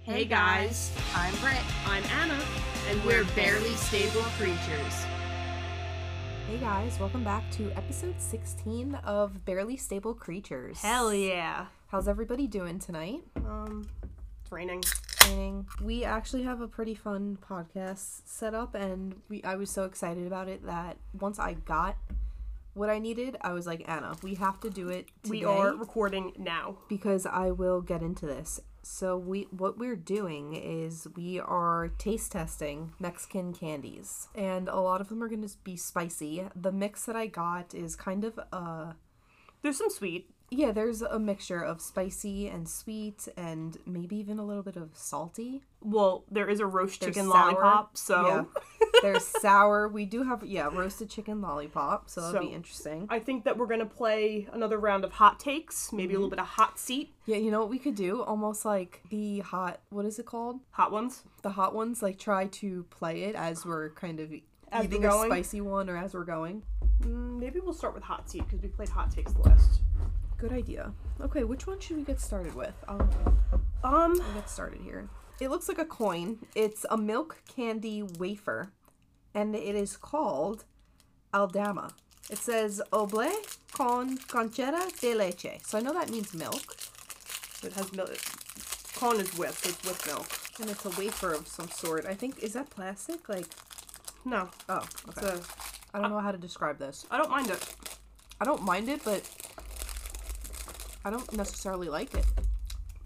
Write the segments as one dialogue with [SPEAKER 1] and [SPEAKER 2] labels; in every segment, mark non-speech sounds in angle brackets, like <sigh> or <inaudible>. [SPEAKER 1] Hey guys,
[SPEAKER 2] I'm Britt.
[SPEAKER 1] I'm Anna, and
[SPEAKER 2] We're
[SPEAKER 1] we're barely stable creatures.
[SPEAKER 3] Hey guys, welcome back to episode 16 of Barely Stable Creatures.
[SPEAKER 2] yeah.
[SPEAKER 3] How's everybody doing tonight?
[SPEAKER 2] Um, it's raining.
[SPEAKER 3] Training. We actually have a pretty fun podcast set up and we I was so excited about it that once I got what I needed, I was like, Anna, we have to do it today
[SPEAKER 2] We are recording now.
[SPEAKER 3] because I will get into this. So we what we're doing is we are taste testing Mexican candies, and a lot of them are going to be spicy. The mix that I got is kind of a
[SPEAKER 2] There's some sweet.
[SPEAKER 3] yeah. There's a mixture of spicy and sweet, and maybe even a little bit of salty.
[SPEAKER 2] Well, there is a roast
[SPEAKER 3] There's
[SPEAKER 2] chicken
[SPEAKER 3] sour.
[SPEAKER 2] lollipop, so <laughs>
[SPEAKER 3] Yeah. there's sour. We do have yeah roasted chicken lollipop, so that'll
[SPEAKER 2] So-
[SPEAKER 3] be interesting.
[SPEAKER 2] I think that we're gonna play another round of hot takes. Maybe a little bit of hot seat,
[SPEAKER 3] Yeah, you know what we could do? Almost like the hot what is it called?
[SPEAKER 2] hot ones.
[SPEAKER 3] the hot ones like try to play it as we're kind of
[SPEAKER 2] As
[SPEAKER 3] eating
[SPEAKER 2] we're
[SPEAKER 3] a
[SPEAKER 2] going?
[SPEAKER 3] spicy one or as we're going.
[SPEAKER 2] Mm, Maybe we'll start with hot seat because we played hot takes last.
[SPEAKER 3] Good idea. Okay, which one should we get started with? I'll,
[SPEAKER 2] Um,
[SPEAKER 3] I'll get started here. It looks like a coin. It's a milk candy wafer, and it is called Aldama. It says oble con conchera de leche. So I know that means milk,
[SPEAKER 2] it has milk. Con is with. It's with milk.
[SPEAKER 3] and it's a wafer of some sort. I think is that plastic? Like
[SPEAKER 2] No,
[SPEAKER 3] oh,
[SPEAKER 2] it's
[SPEAKER 3] okay.
[SPEAKER 2] a.
[SPEAKER 3] I don't know how to describe this.
[SPEAKER 2] I don't mind it.
[SPEAKER 3] I don't mind it, but I don't necessarily like it.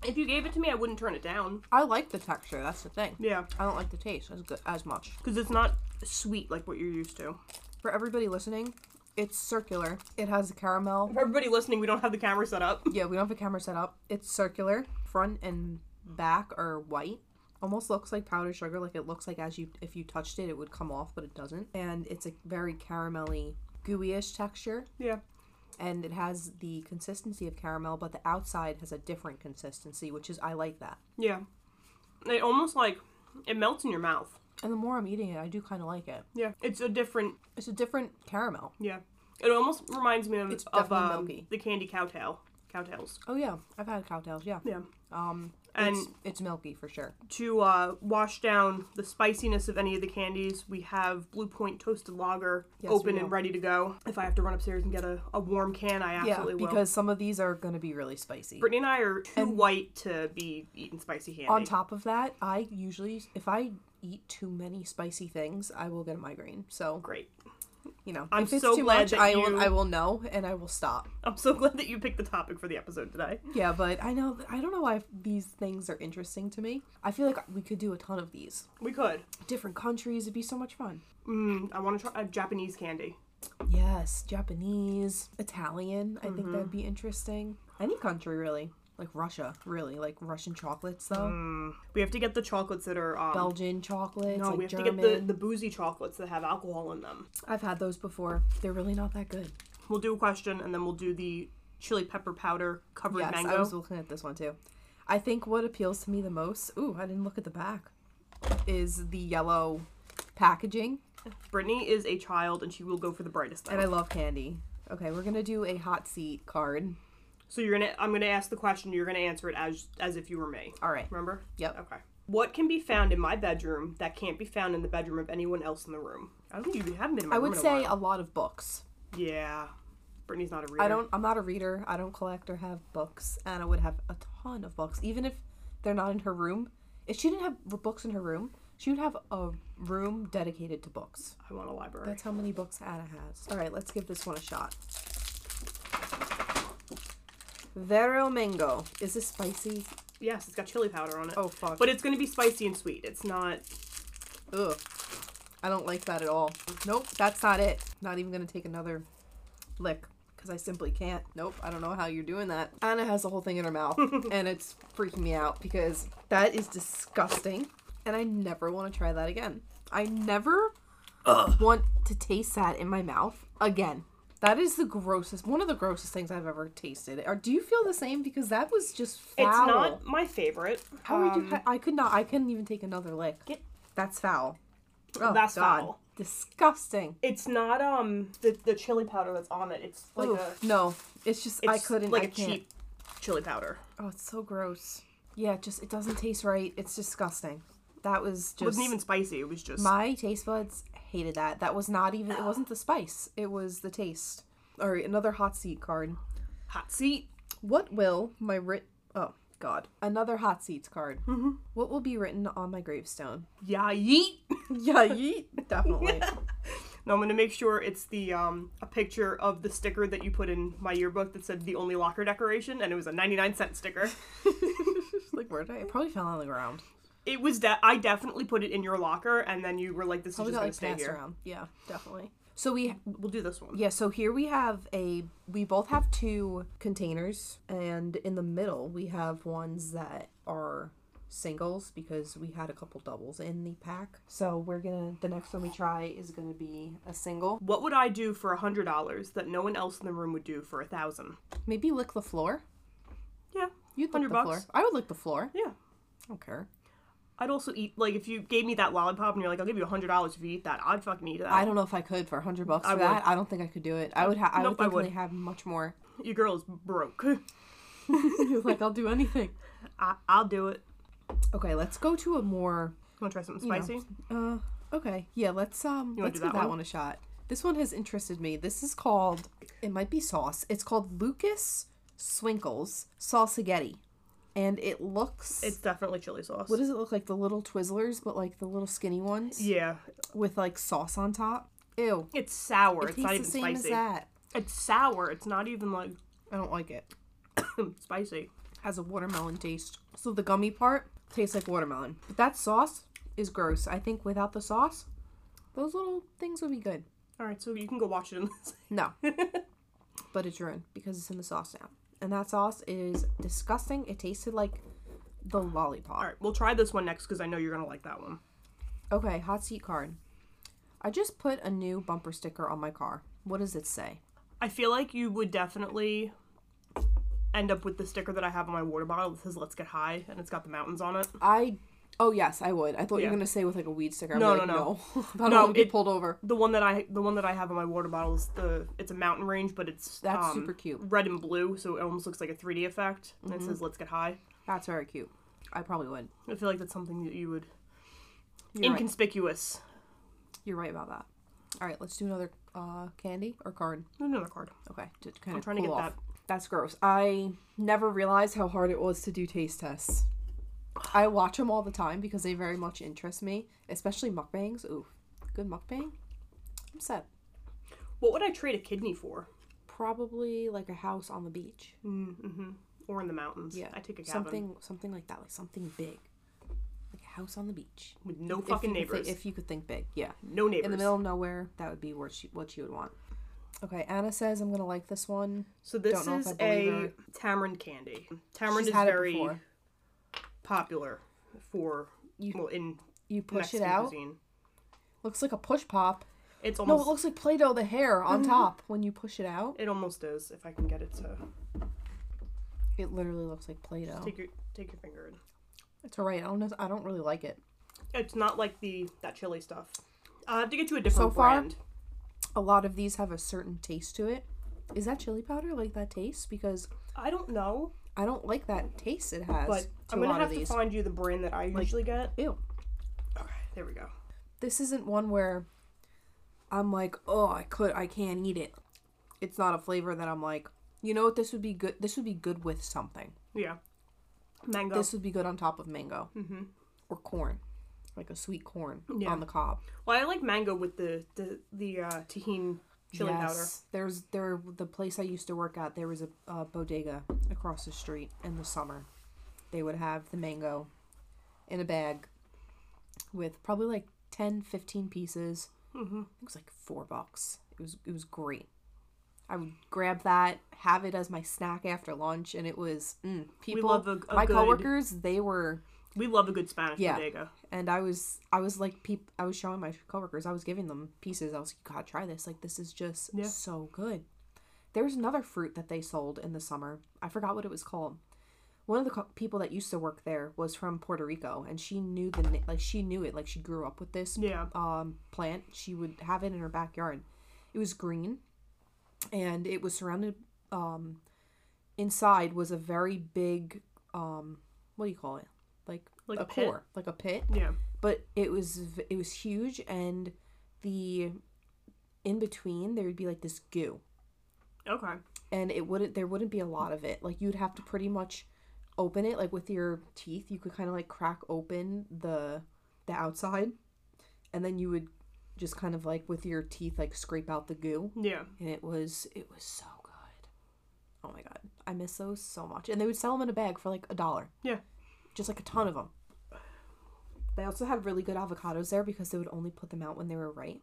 [SPEAKER 2] If you gave it to me, I wouldn't turn it down.
[SPEAKER 3] I like the texture. That's the thing.
[SPEAKER 2] Yeah,
[SPEAKER 3] I don't like the taste as good, as much.
[SPEAKER 2] because it's not sweet like what you're used to.
[SPEAKER 3] For everybody listening, it's circular. It has a caramel.
[SPEAKER 2] For everybody listening, we don't have the camera set up.
[SPEAKER 3] Yeah, we don't have a camera set up. It's circular. Front and back are white. Almost looks like powdered sugar. Like it looks like as you if you touched it, it would come off, but it doesn't. And it's a very caramelly, gooey-ish texture.
[SPEAKER 2] <laughs> Yeah.
[SPEAKER 3] And it has the consistency of caramel, but the outside has a different consistency, which is I like that.
[SPEAKER 2] Yeah. It almost like it melts in your mouth.
[SPEAKER 3] And the more I'm eating it, I do kind of like it.
[SPEAKER 2] Yeah. It's a different
[SPEAKER 3] It's a different caramel.
[SPEAKER 2] yeah. It almost reminds me of,
[SPEAKER 3] It's
[SPEAKER 2] of
[SPEAKER 3] definitely
[SPEAKER 2] um,
[SPEAKER 3] milky.
[SPEAKER 2] the candy cowtail. Cowtails.
[SPEAKER 3] Oh yeah, I've had cowtails. Yeah,
[SPEAKER 2] Yeah.
[SPEAKER 3] um,
[SPEAKER 2] And
[SPEAKER 3] it's, it's milky for sure.
[SPEAKER 2] to uh, wash down the spiciness of any of the candies, we have Blue Point Toasted Lager
[SPEAKER 3] Yes,
[SPEAKER 2] open
[SPEAKER 3] we
[SPEAKER 2] and
[SPEAKER 3] will.
[SPEAKER 2] ready to go. If I have to run upstairs and get a, a warm can, I absolutely
[SPEAKER 3] yeah,
[SPEAKER 2] will.
[SPEAKER 3] because some of these are going to be really spicy.
[SPEAKER 2] Brittany and I are too white to be eating spicy candy.
[SPEAKER 3] On top of that, I usually if I eat too many spicy things, I will get a migraine. So
[SPEAKER 2] Great.
[SPEAKER 3] you know,
[SPEAKER 2] I'm
[SPEAKER 3] if it's
[SPEAKER 2] so
[SPEAKER 3] too
[SPEAKER 2] glad
[SPEAKER 3] much,
[SPEAKER 2] that
[SPEAKER 3] I
[SPEAKER 2] you-
[SPEAKER 3] will I will know and I will stop.
[SPEAKER 2] I'm so <laughs> glad that you picked the topic for the episode today.
[SPEAKER 3] Yeah, but I know I don't know why these things are interesting to me. I feel like we could do a ton of these
[SPEAKER 2] We could.
[SPEAKER 3] different countries. It'd be so much fun.
[SPEAKER 2] Mm, I want to try a Japanese candy.
[SPEAKER 3] Yes, Japanese, Italian. I think
[SPEAKER 2] Mm-hmm.
[SPEAKER 3] that'd be interesting. Any country really, like Russia, really like Russian chocolates though.
[SPEAKER 2] We have to get the chocolates that are um,
[SPEAKER 3] Belgian chocolates,
[SPEAKER 2] Mm. no,
[SPEAKER 3] like
[SPEAKER 2] we have
[SPEAKER 3] German.
[SPEAKER 2] to get the, the boozy chocolates that have alcohol in them.
[SPEAKER 3] I've had those before. They're really not that good.
[SPEAKER 2] We'll do a question and then we'll do the chili pepper powder covered
[SPEAKER 3] Yes,
[SPEAKER 2] mango.
[SPEAKER 3] I was looking at this one too. I think what appeals to me the most. Ooh, I didn't look at the back. Is the yellow packaging,
[SPEAKER 2] Brittany is a child and she will go for the brightest
[SPEAKER 3] and I
[SPEAKER 2] thing.
[SPEAKER 3] love candy. Okay, we're gonna do a hot seat card.
[SPEAKER 2] So you're gonna I'm gonna ask the question, you're gonna answer it as as if you were me.
[SPEAKER 3] All right.
[SPEAKER 2] Remember?
[SPEAKER 3] Yep.
[SPEAKER 2] Okay. What can be found in my bedroom that can't be found in the bedroom of anyone else in the room? I don't think you haven't been in my
[SPEAKER 3] I
[SPEAKER 2] room
[SPEAKER 3] would
[SPEAKER 2] in a
[SPEAKER 3] say
[SPEAKER 2] while.
[SPEAKER 3] a lot of books.
[SPEAKER 2] Yeah. Brittany's not a reader.
[SPEAKER 3] I don't. I'm not a reader. I don't collect or have books. Anna would have a ton of books, even if they're not in her room. If she didn't have books in her room, she would have a room dedicated to books.
[SPEAKER 2] I want a library.
[SPEAKER 3] That's how many books Anna has. All right, let's give this one a shot. Vero mango. Is this spicy?
[SPEAKER 2] Yes, it's got chili powder on it.
[SPEAKER 3] Oh fuck.
[SPEAKER 2] But it's gonna be spicy and sweet. It's not
[SPEAKER 3] Ugh. I don't like that at all. Nope, that's not it. Not even gonna take another lick because I simply can't. Nope, I don't know how you're doing that. Anna has the whole thing in her mouth and it's freaking me out because that is disgusting and I never want to try that again. I never want to taste that in my mouth again. That is the grossest, one of the grossest things I've ever tasted. Or do you feel the same? Because that was just foul.
[SPEAKER 2] It's not my favorite.
[SPEAKER 3] How are you? I could not. I couldn't even take another lick.
[SPEAKER 2] Um, Get-
[SPEAKER 3] That's foul. Oh,
[SPEAKER 2] That's
[SPEAKER 3] God.
[SPEAKER 2] foul.
[SPEAKER 3] Disgusting.
[SPEAKER 2] It's not um the, the chili powder that's on it. It's like
[SPEAKER 3] Oof.
[SPEAKER 2] a
[SPEAKER 3] no, it's just I
[SPEAKER 2] it's
[SPEAKER 3] couldn't.
[SPEAKER 2] like
[SPEAKER 3] I
[SPEAKER 2] a
[SPEAKER 3] can't.
[SPEAKER 2] cheap chili powder.
[SPEAKER 3] Oh, it's so gross. Yeah, it just it doesn't taste right. It's disgusting. That was just
[SPEAKER 2] It wasn't even spicy. It was just
[SPEAKER 3] my taste buds hated that. That was not even it wasn't the spice. It was the taste. All right, another hot seat card.
[SPEAKER 2] hot seat.
[SPEAKER 3] What will my writ? Oh God, another hot seats card.
[SPEAKER 2] Mm-hmm.
[SPEAKER 3] What will be written on my gravestone? <laughs>
[SPEAKER 2] Yeah, yeet.
[SPEAKER 3] Yeah, yeet,
[SPEAKER 2] <laughs>
[SPEAKER 3] definitely.
[SPEAKER 2] No, I'm gonna make sure it's the um a picture of the sticker that you put in my yearbook that said the only locker decoration, and it was a 99 cent
[SPEAKER 3] <laughs>
[SPEAKER 2] sticker.
[SPEAKER 3] like where did I? It probably fell on the ground.
[SPEAKER 2] It was that I definitely put it in your locker, and then you were like, "This is
[SPEAKER 3] Probably
[SPEAKER 2] just
[SPEAKER 3] got
[SPEAKER 2] gonna
[SPEAKER 3] like
[SPEAKER 2] stay
[SPEAKER 3] passed
[SPEAKER 2] here."
[SPEAKER 3] around. Yeah, definitely. So we
[SPEAKER 2] We'll do this one.
[SPEAKER 3] Yeah, so here we have a we both have two containers and in the middle we have ones that are singles because we had a couple doubles in the pack. So we're going to the next one we try is going to be a single.
[SPEAKER 2] What would I do for a hundred dollars that no one else in the room would do for a thousand?
[SPEAKER 3] Maybe lick the floor.
[SPEAKER 2] Yeah,
[SPEAKER 3] You'd lick the
[SPEAKER 2] 100 bucks.
[SPEAKER 3] floor. I would lick the floor.
[SPEAKER 2] yeah.
[SPEAKER 3] I don't care.
[SPEAKER 2] I'd also eat like if you gave me that lollipop and you're like, "I'll give you a hundred dollars if you eat that," I'd fucking eat that.
[SPEAKER 3] I don't know if I could for a 100 bucks for
[SPEAKER 2] I would.
[SPEAKER 3] that. I don't think I could do it. I would ha- I
[SPEAKER 2] Nope,
[SPEAKER 3] would
[SPEAKER 2] I would.
[SPEAKER 3] definitely have much more.
[SPEAKER 2] Your girl's broke.
[SPEAKER 3] <laughs>
[SPEAKER 2] <laughs>
[SPEAKER 3] like I'll do anything.
[SPEAKER 2] I- I'll do it.
[SPEAKER 3] Okay, let's go to a more
[SPEAKER 2] You want to try something
[SPEAKER 3] know,
[SPEAKER 2] spicy?
[SPEAKER 3] Uh, okay. Yeah, let's um
[SPEAKER 2] wanna
[SPEAKER 3] let's
[SPEAKER 2] do that
[SPEAKER 3] give that
[SPEAKER 2] one?
[SPEAKER 3] one? a shot. This one has interested me. This is called it might be sauce. It's called Lucas Swinkles Salsagetti. And it looks
[SPEAKER 2] It's definitely chili sauce.
[SPEAKER 3] what does it look like? The little Twizzlers, but like the little skinny ones
[SPEAKER 2] Yeah,
[SPEAKER 3] with like sauce on top. Ew.
[SPEAKER 2] it's sour.
[SPEAKER 3] It
[SPEAKER 2] it's not
[SPEAKER 3] tastes
[SPEAKER 2] even
[SPEAKER 3] the same as
[SPEAKER 2] spicy.
[SPEAKER 3] that.
[SPEAKER 2] It's sour. It's not even like <laughs>
[SPEAKER 3] I don't like it.
[SPEAKER 2] spicy.
[SPEAKER 3] Has a watermelon taste. So the gummy part tastes like watermelon. But that sauce is gross. I think without the sauce, those little things would be good.
[SPEAKER 2] All right, so you can go watch it in this.
[SPEAKER 3] No. <laughs> but it's ruined because it's in the sauce now. And that sauce is disgusting. It tasted like the lollipop.
[SPEAKER 2] All right, we'll try this one next because I know you're gonna like that one.
[SPEAKER 3] Okay, hot seat card. I just put a new bumper sticker on my car. What does it say?
[SPEAKER 2] I feel like you would definitely end up with the sticker that I have on my water bottle that says "Let's Get High" and it's got the mountains on it.
[SPEAKER 3] I. Oh yes, I would. I thought you
[SPEAKER 2] Yeah.
[SPEAKER 3] were gonna say with like a weed sticker. I'm
[SPEAKER 2] No,
[SPEAKER 3] like,
[SPEAKER 2] no,
[SPEAKER 3] no. <laughs> I don't
[SPEAKER 2] No,
[SPEAKER 3] want to
[SPEAKER 2] it-
[SPEAKER 3] get pulled over.
[SPEAKER 2] The one that I the one that I have on my water bottle is the it's a mountain range, but it's
[SPEAKER 3] That's
[SPEAKER 2] um,
[SPEAKER 3] super cute. Mm-hmm.
[SPEAKER 2] red and blue, so it almost looks like a 3D effect. And it says "Let's Get High."
[SPEAKER 3] That's very cute. I probably would.
[SPEAKER 2] I feel like that's something that you would
[SPEAKER 3] You're right.
[SPEAKER 2] inconspicuous.
[SPEAKER 3] You're right about that. All right, let's do another uh, candy or card.
[SPEAKER 2] Another card.
[SPEAKER 3] Okay, to kind
[SPEAKER 2] I'm
[SPEAKER 3] of
[SPEAKER 2] trying to get
[SPEAKER 3] off.
[SPEAKER 2] that.
[SPEAKER 3] That's gross. I never realized how hard it was to do taste tests. I watch them all the time because they very much interest me, especially mukbangs. Ooh, good mukbang. I'm set.
[SPEAKER 2] What would I trade a kidney for?
[SPEAKER 3] Probably like a house on the beach.
[SPEAKER 2] Mm-hmm. Or in the mountains.
[SPEAKER 3] Yeah,
[SPEAKER 2] I take a cabin
[SPEAKER 3] something something like that, like something big, like a house on the beach.
[SPEAKER 2] with no
[SPEAKER 3] If you
[SPEAKER 2] fucking
[SPEAKER 3] could thi-
[SPEAKER 2] neighbors.
[SPEAKER 3] if you could think big, yeah.
[SPEAKER 2] no neighbors.
[SPEAKER 3] In the middle of nowhere, that would be what she what you would want. Okay, Anna says I'm gonna like this one.
[SPEAKER 2] So this
[SPEAKER 3] Don't know if
[SPEAKER 2] is
[SPEAKER 3] I believe
[SPEAKER 2] a tamarind candy. Tamarind
[SPEAKER 3] She's
[SPEAKER 2] is
[SPEAKER 3] had it
[SPEAKER 2] very
[SPEAKER 3] before.
[SPEAKER 2] popular for
[SPEAKER 3] You-
[SPEAKER 2] well in
[SPEAKER 3] You push
[SPEAKER 2] Mexican
[SPEAKER 3] it out.
[SPEAKER 2] cuisine.
[SPEAKER 3] Looks like a push pop.
[SPEAKER 2] It's
[SPEAKER 3] No,
[SPEAKER 2] almost
[SPEAKER 3] it looks like Play Doh, the hair on
[SPEAKER 2] Mm-hmm.
[SPEAKER 3] top when you push it out.
[SPEAKER 2] it almost is if I can get it to
[SPEAKER 3] It literally looks like Play Doh.
[SPEAKER 2] take your take your finger in.
[SPEAKER 3] It's alright. I don't know. I don't really like it.
[SPEAKER 2] It's not like the that chili stuff. I have to get you a different
[SPEAKER 3] So far?
[SPEAKER 2] brand.
[SPEAKER 3] A lot of these have a certain taste to it. Is that chili powder like that taste? Because
[SPEAKER 2] I don't know,
[SPEAKER 3] I don't like that taste it has.
[SPEAKER 2] but
[SPEAKER 3] to
[SPEAKER 2] I'm
[SPEAKER 3] a
[SPEAKER 2] gonna
[SPEAKER 3] lot
[SPEAKER 2] have
[SPEAKER 3] of
[SPEAKER 2] to
[SPEAKER 3] these.
[SPEAKER 2] find you the brand that I usually get.
[SPEAKER 3] Ew.
[SPEAKER 2] Okay, there we go.
[SPEAKER 3] This isn't one where I'm like, oh, I could, I can't eat it. It's not a flavor that I'm like, you know what? This would be good. This would be good with something.
[SPEAKER 2] Yeah, mango.
[SPEAKER 3] This would be good on top of mango or corn, like a sweet corn
[SPEAKER 2] Mm-hmm. Yeah.
[SPEAKER 3] on the cob.
[SPEAKER 2] Well, I like mango with the the the uh, tahini chili powder.
[SPEAKER 3] There's there the place I used to work at. There was a, a bodega across the street in the summer. They would have the mango in a bag with probably like 10, 15 pieces. Mm-hmm. It was like four bucks. It was it was great. I would grab that, have it as my snack after lunch, and it was mm, people.
[SPEAKER 2] love a- a
[SPEAKER 3] my
[SPEAKER 2] good-
[SPEAKER 3] coworkers, they were
[SPEAKER 2] We love a good Spanish
[SPEAKER 3] Yeah.
[SPEAKER 2] bodega.
[SPEAKER 3] and I was I was like peep I was showing my coworkers, I was giving them pieces. I was like, God, try this. Like this is just
[SPEAKER 2] Yeah.
[SPEAKER 3] so good. There was another fruit that they sold in the summer. I forgot what it was called. One of the co- people that used to work there was from Puerto Rico, and she knew the na- like she knew it. Like she grew up with this
[SPEAKER 2] Yeah.
[SPEAKER 3] um, plant. She would have it in her backyard. It was green, and it was surrounded. Um, inside was a very big um, what do you call it? Like,
[SPEAKER 2] Like
[SPEAKER 3] a,
[SPEAKER 2] a pit?
[SPEAKER 3] core, like a pit.
[SPEAKER 2] Yeah.
[SPEAKER 3] But it was v- it was huge, and the in between there would be like this goo,
[SPEAKER 2] Okay.
[SPEAKER 3] and it wouldn't there wouldn't be a lot of it. Like you'd have to pretty much open it like with your teeth. You could kind of like crack open the the outside, and then you would just kind of like with your teeth like scrape out the goo
[SPEAKER 2] Yeah.
[SPEAKER 3] and it was it was so good. Oh my god, I miss those so much. And they would sell them in a bag for like a dollar,
[SPEAKER 2] Yeah.
[SPEAKER 3] just like a ton of them. They also had really good avocados there because they would only put them out when they were ripe.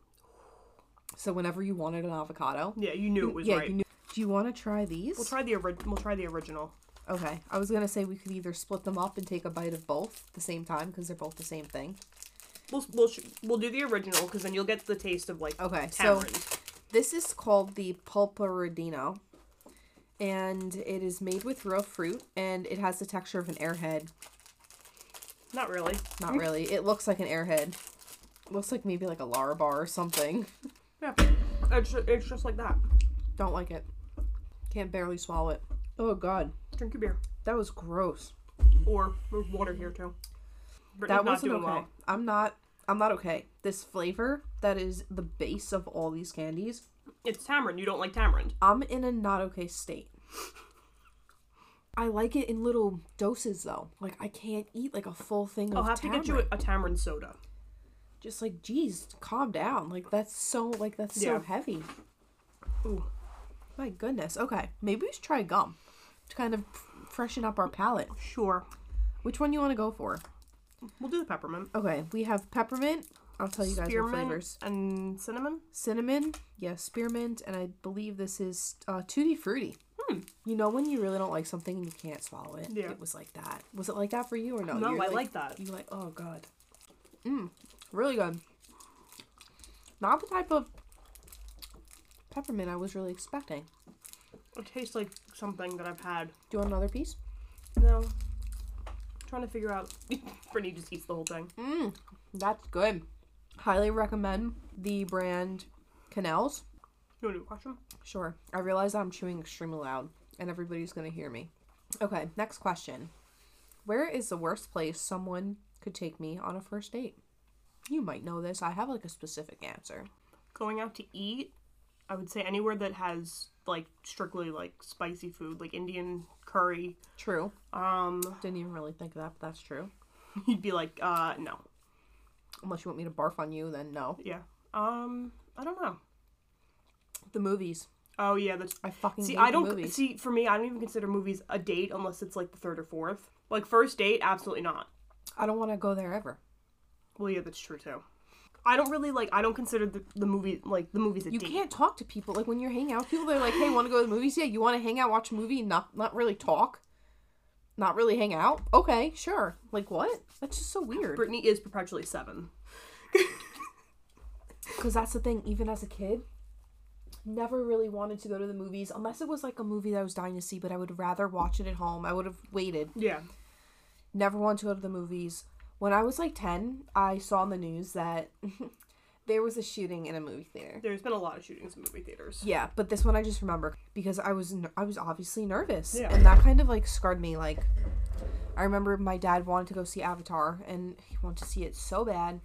[SPEAKER 3] So whenever you wanted an avocado,
[SPEAKER 2] Yeah. You knew it was
[SPEAKER 3] yeah,
[SPEAKER 2] right.
[SPEAKER 3] you knew. Do you want to try these?
[SPEAKER 2] We'll try the ori- We'll try the original.
[SPEAKER 3] okay, I was gonna say we could either split them up and take a bite of both at the same time because they're both the same thing.
[SPEAKER 2] We'll we'll sh- we'll do the original because then you'll get the taste of like
[SPEAKER 3] Okay, so-
[SPEAKER 2] tamarind.
[SPEAKER 3] This is called the pulperadino, and it is made with real fruit, and it has the texture of an airhead.
[SPEAKER 2] Not really.
[SPEAKER 3] Not really. It looks like an airhead. Looks like maybe like a Lara bar or something.
[SPEAKER 2] Yeah. It's ju- it's just like that.
[SPEAKER 3] Don't like it. Can't barely swallow it. Oh god,
[SPEAKER 2] Drink your beer
[SPEAKER 3] that was gross.
[SPEAKER 2] or there's water here too. Brittany's not
[SPEAKER 3] That wasn't
[SPEAKER 2] doing
[SPEAKER 3] okay.
[SPEAKER 2] well.
[SPEAKER 3] I'm not. I'm not okay. This flavor that is the base of all these candies.
[SPEAKER 2] It's tamarind. You don't like tamarind.
[SPEAKER 3] I'm in a not okay state. I like it in little doses though. Like I can't eat like a full thing of
[SPEAKER 2] I'll have to get you
[SPEAKER 3] tamarind.
[SPEAKER 2] a, a tamarind soda.
[SPEAKER 3] Just like, geez, calm down. Like that's so like that's so
[SPEAKER 2] Yeah.
[SPEAKER 3] heavy.
[SPEAKER 2] Ooh.
[SPEAKER 3] My goodness. Okay, maybe we should try gum to kind of f- freshen up our palate.
[SPEAKER 2] Sure.
[SPEAKER 3] Which one you want to go for?
[SPEAKER 2] We'll do the peppermint.
[SPEAKER 3] Okay, we have peppermint. I'll tell you guys what
[SPEAKER 2] Spearmint
[SPEAKER 3] flavors.
[SPEAKER 2] and cinnamon.
[SPEAKER 3] Cinnamon, yes, spearmint, and I believe this is uh, tutti frutti. You know when you really don't like something and you can't swallow it.
[SPEAKER 2] Hmm. Yeah.
[SPEAKER 3] It was like that. Was it like that for you or no?
[SPEAKER 2] No,
[SPEAKER 3] Oh, You're
[SPEAKER 2] I like that.
[SPEAKER 3] You like? Oh god. Mmm, really good. Not the type of peppermint I was really expecting.
[SPEAKER 2] It tastes like something that I've had.
[SPEAKER 3] Do you want another piece?
[SPEAKER 2] No. trying to figure out. <laughs> Brittany just eats the whole thing.
[SPEAKER 3] That's good. Highly recommend the brand Canals.
[SPEAKER 2] You want to do a question?
[SPEAKER 3] Sure. I realize I'm chewing extremely loud and everybody's going to hear me. Okay, next question. Where is the worst place someone could take me on a first date? You might know this. I have like a specific answer.
[SPEAKER 2] Going out to eat, I would say anywhere that has like strictly like spicy food, like Indian curry.
[SPEAKER 3] True.
[SPEAKER 2] Um, <laughs>
[SPEAKER 3] Didn't even really think of that, but that's true.
[SPEAKER 2] you'd be like, uh, no,
[SPEAKER 3] Unless you want me to barf on you, then no.
[SPEAKER 2] yeah. Um, I don't know.
[SPEAKER 3] The movies.
[SPEAKER 2] Oh yeah, that's.
[SPEAKER 3] I fucking
[SPEAKER 2] See,
[SPEAKER 3] hate
[SPEAKER 2] I
[SPEAKER 3] the
[SPEAKER 2] don't
[SPEAKER 3] movies.
[SPEAKER 2] see for me. I don't even consider movies a date unless it's like the third or fourth. Like first date, absolutely not.
[SPEAKER 3] I don't want to go there ever.
[SPEAKER 2] Well, yeah, that's true too. I don't really like. I don't consider the, the movie like the movies a
[SPEAKER 3] You
[SPEAKER 2] date.
[SPEAKER 3] can't talk to people like when you're hanging out. with People they're like, "Hey, want to go to the movies? Yeah, you want to hang out, watch a movie, not not really talk, not really hang out. Okay, sure. Like what? That's just so weird.
[SPEAKER 2] Brittany is perpetually seven.
[SPEAKER 3] Because that's the thing. Even as a kid, never really wanted to go to the movies unless it was like a movie that I was dying to see. But I would rather watch it at home. I would have waited.
[SPEAKER 2] Yeah.
[SPEAKER 3] Never wanted to go to the movies. When I was like ten, I saw on the news that <laughs> there was a shooting in a movie theater.
[SPEAKER 2] There's been a lot of shootings in movie theaters.
[SPEAKER 3] Yeah, but this one I just remember because I was ner- I was obviously nervous,
[SPEAKER 2] Yeah.
[SPEAKER 3] and that kind of like scarred me. Like, I remember my dad wanted to go see Avatar, and he wanted to see it so bad.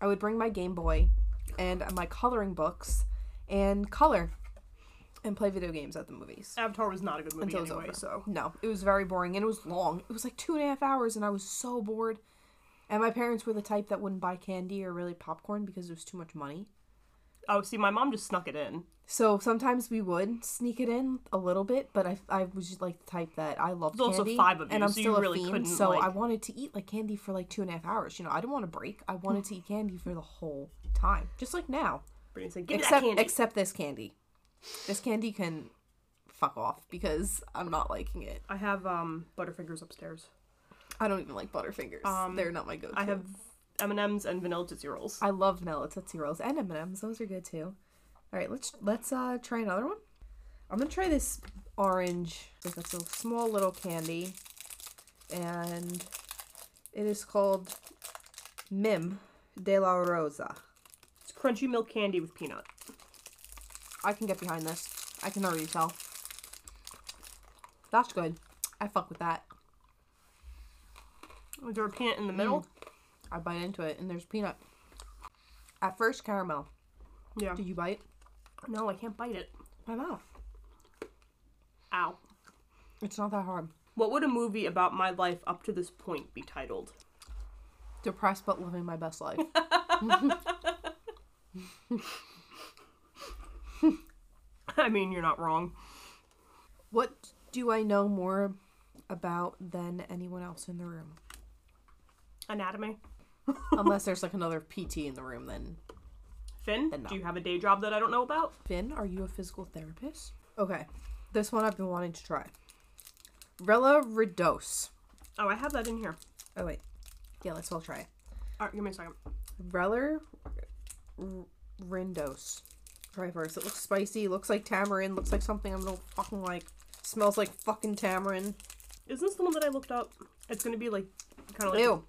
[SPEAKER 3] I would bring my Game Boy and my coloring books and color and play video games at the movies
[SPEAKER 2] Avatar was not a good movie
[SPEAKER 3] until
[SPEAKER 2] anyway,
[SPEAKER 3] it was over.
[SPEAKER 2] so
[SPEAKER 3] No, it was very boring and it was long. It was like two and a half hours, and I was so bored. And my parents were the type that wouldn't buy candy or really popcorn because it was too much money.
[SPEAKER 2] oh, see, my mom just snuck it in.
[SPEAKER 3] So sometimes we would sneak it in a little bit, but I, I was just like the type that I loved
[SPEAKER 2] There's
[SPEAKER 3] candy.
[SPEAKER 2] also five of
[SPEAKER 3] and
[SPEAKER 2] you,
[SPEAKER 3] I'm
[SPEAKER 2] so you
[SPEAKER 3] still a
[SPEAKER 2] really couldn't,
[SPEAKER 3] fiend, so I
[SPEAKER 2] like-
[SPEAKER 3] wanted to eat like candy for like two and a half hours. You know, I didn't want to break. I wanted to eat candy for the whole time, just like now.
[SPEAKER 2] Brittany said, "Give
[SPEAKER 3] except
[SPEAKER 2] me that candy."
[SPEAKER 3] except this candy. This candy can fuck off because I'm not liking it.
[SPEAKER 2] I have um Butterfingers upstairs.
[SPEAKER 3] I don't even like Butterfingers.
[SPEAKER 2] Um,
[SPEAKER 3] They're not my go-to.
[SPEAKER 2] I have M and M's and vanilla tootsie rolls.
[SPEAKER 3] I love vanilla Tootsie Rolls and M Ms. Those are good too. All right, let's let's uh, try another one. I'm gonna try this orange. It's a small little candy, and it is called Mim de la Rosa.
[SPEAKER 2] It's crunchy milk candy with peanut.
[SPEAKER 3] I can get behind this. I can already tell. Mm. That's good. I fuck with that.
[SPEAKER 2] Is there a peanut in the middle?
[SPEAKER 3] Mm. I bite into it and there's peanut. At first, caramel.
[SPEAKER 2] Yeah.
[SPEAKER 3] Did you bite?
[SPEAKER 2] No, I can't bite it.
[SPEAKER 3] My mouth.
[SPEAKER 2] Ow.
[SPEAKER 3] It's not that hard.
[SPEAKER 2] What would a movie about my life up to this point be titled? <laughs>
[SPEAKER 3] Depressed but living my best life.
[SPEAKER 2] I mean, you're not wrong.
[SPEAKER 3] what do I know more about than anyone else in the room?
[SPEAKER 2] Anatomy.
[SPEAKER 3] Unless there's like another PT in the room, then
[SPEAKER 2] Finn,
[SPEAKER 3] Then no.
[SPEAKER 2] do you have a day job that I don't know about?
[SPEAKER 3] Finn, are you a physical therapist? Okay, this one I've been wanting to try. Reladose.
[SPEAKER 2] Oh, I have that in here.
[SPEAKER 3] Oh wait, yeah, let's all try it.
[SPEAKER 2] All right, give me a second.
[SPEAKER 3] Reladose. Try first. It looks spicy. Looks like tamarind. Looks like something I'm gonna fucking like. Smells like fucking tamarind.
[SPEAKER 2] Is this the one that I looked up? It's gonna be like kind of like
[SPEAKER 3] Ew.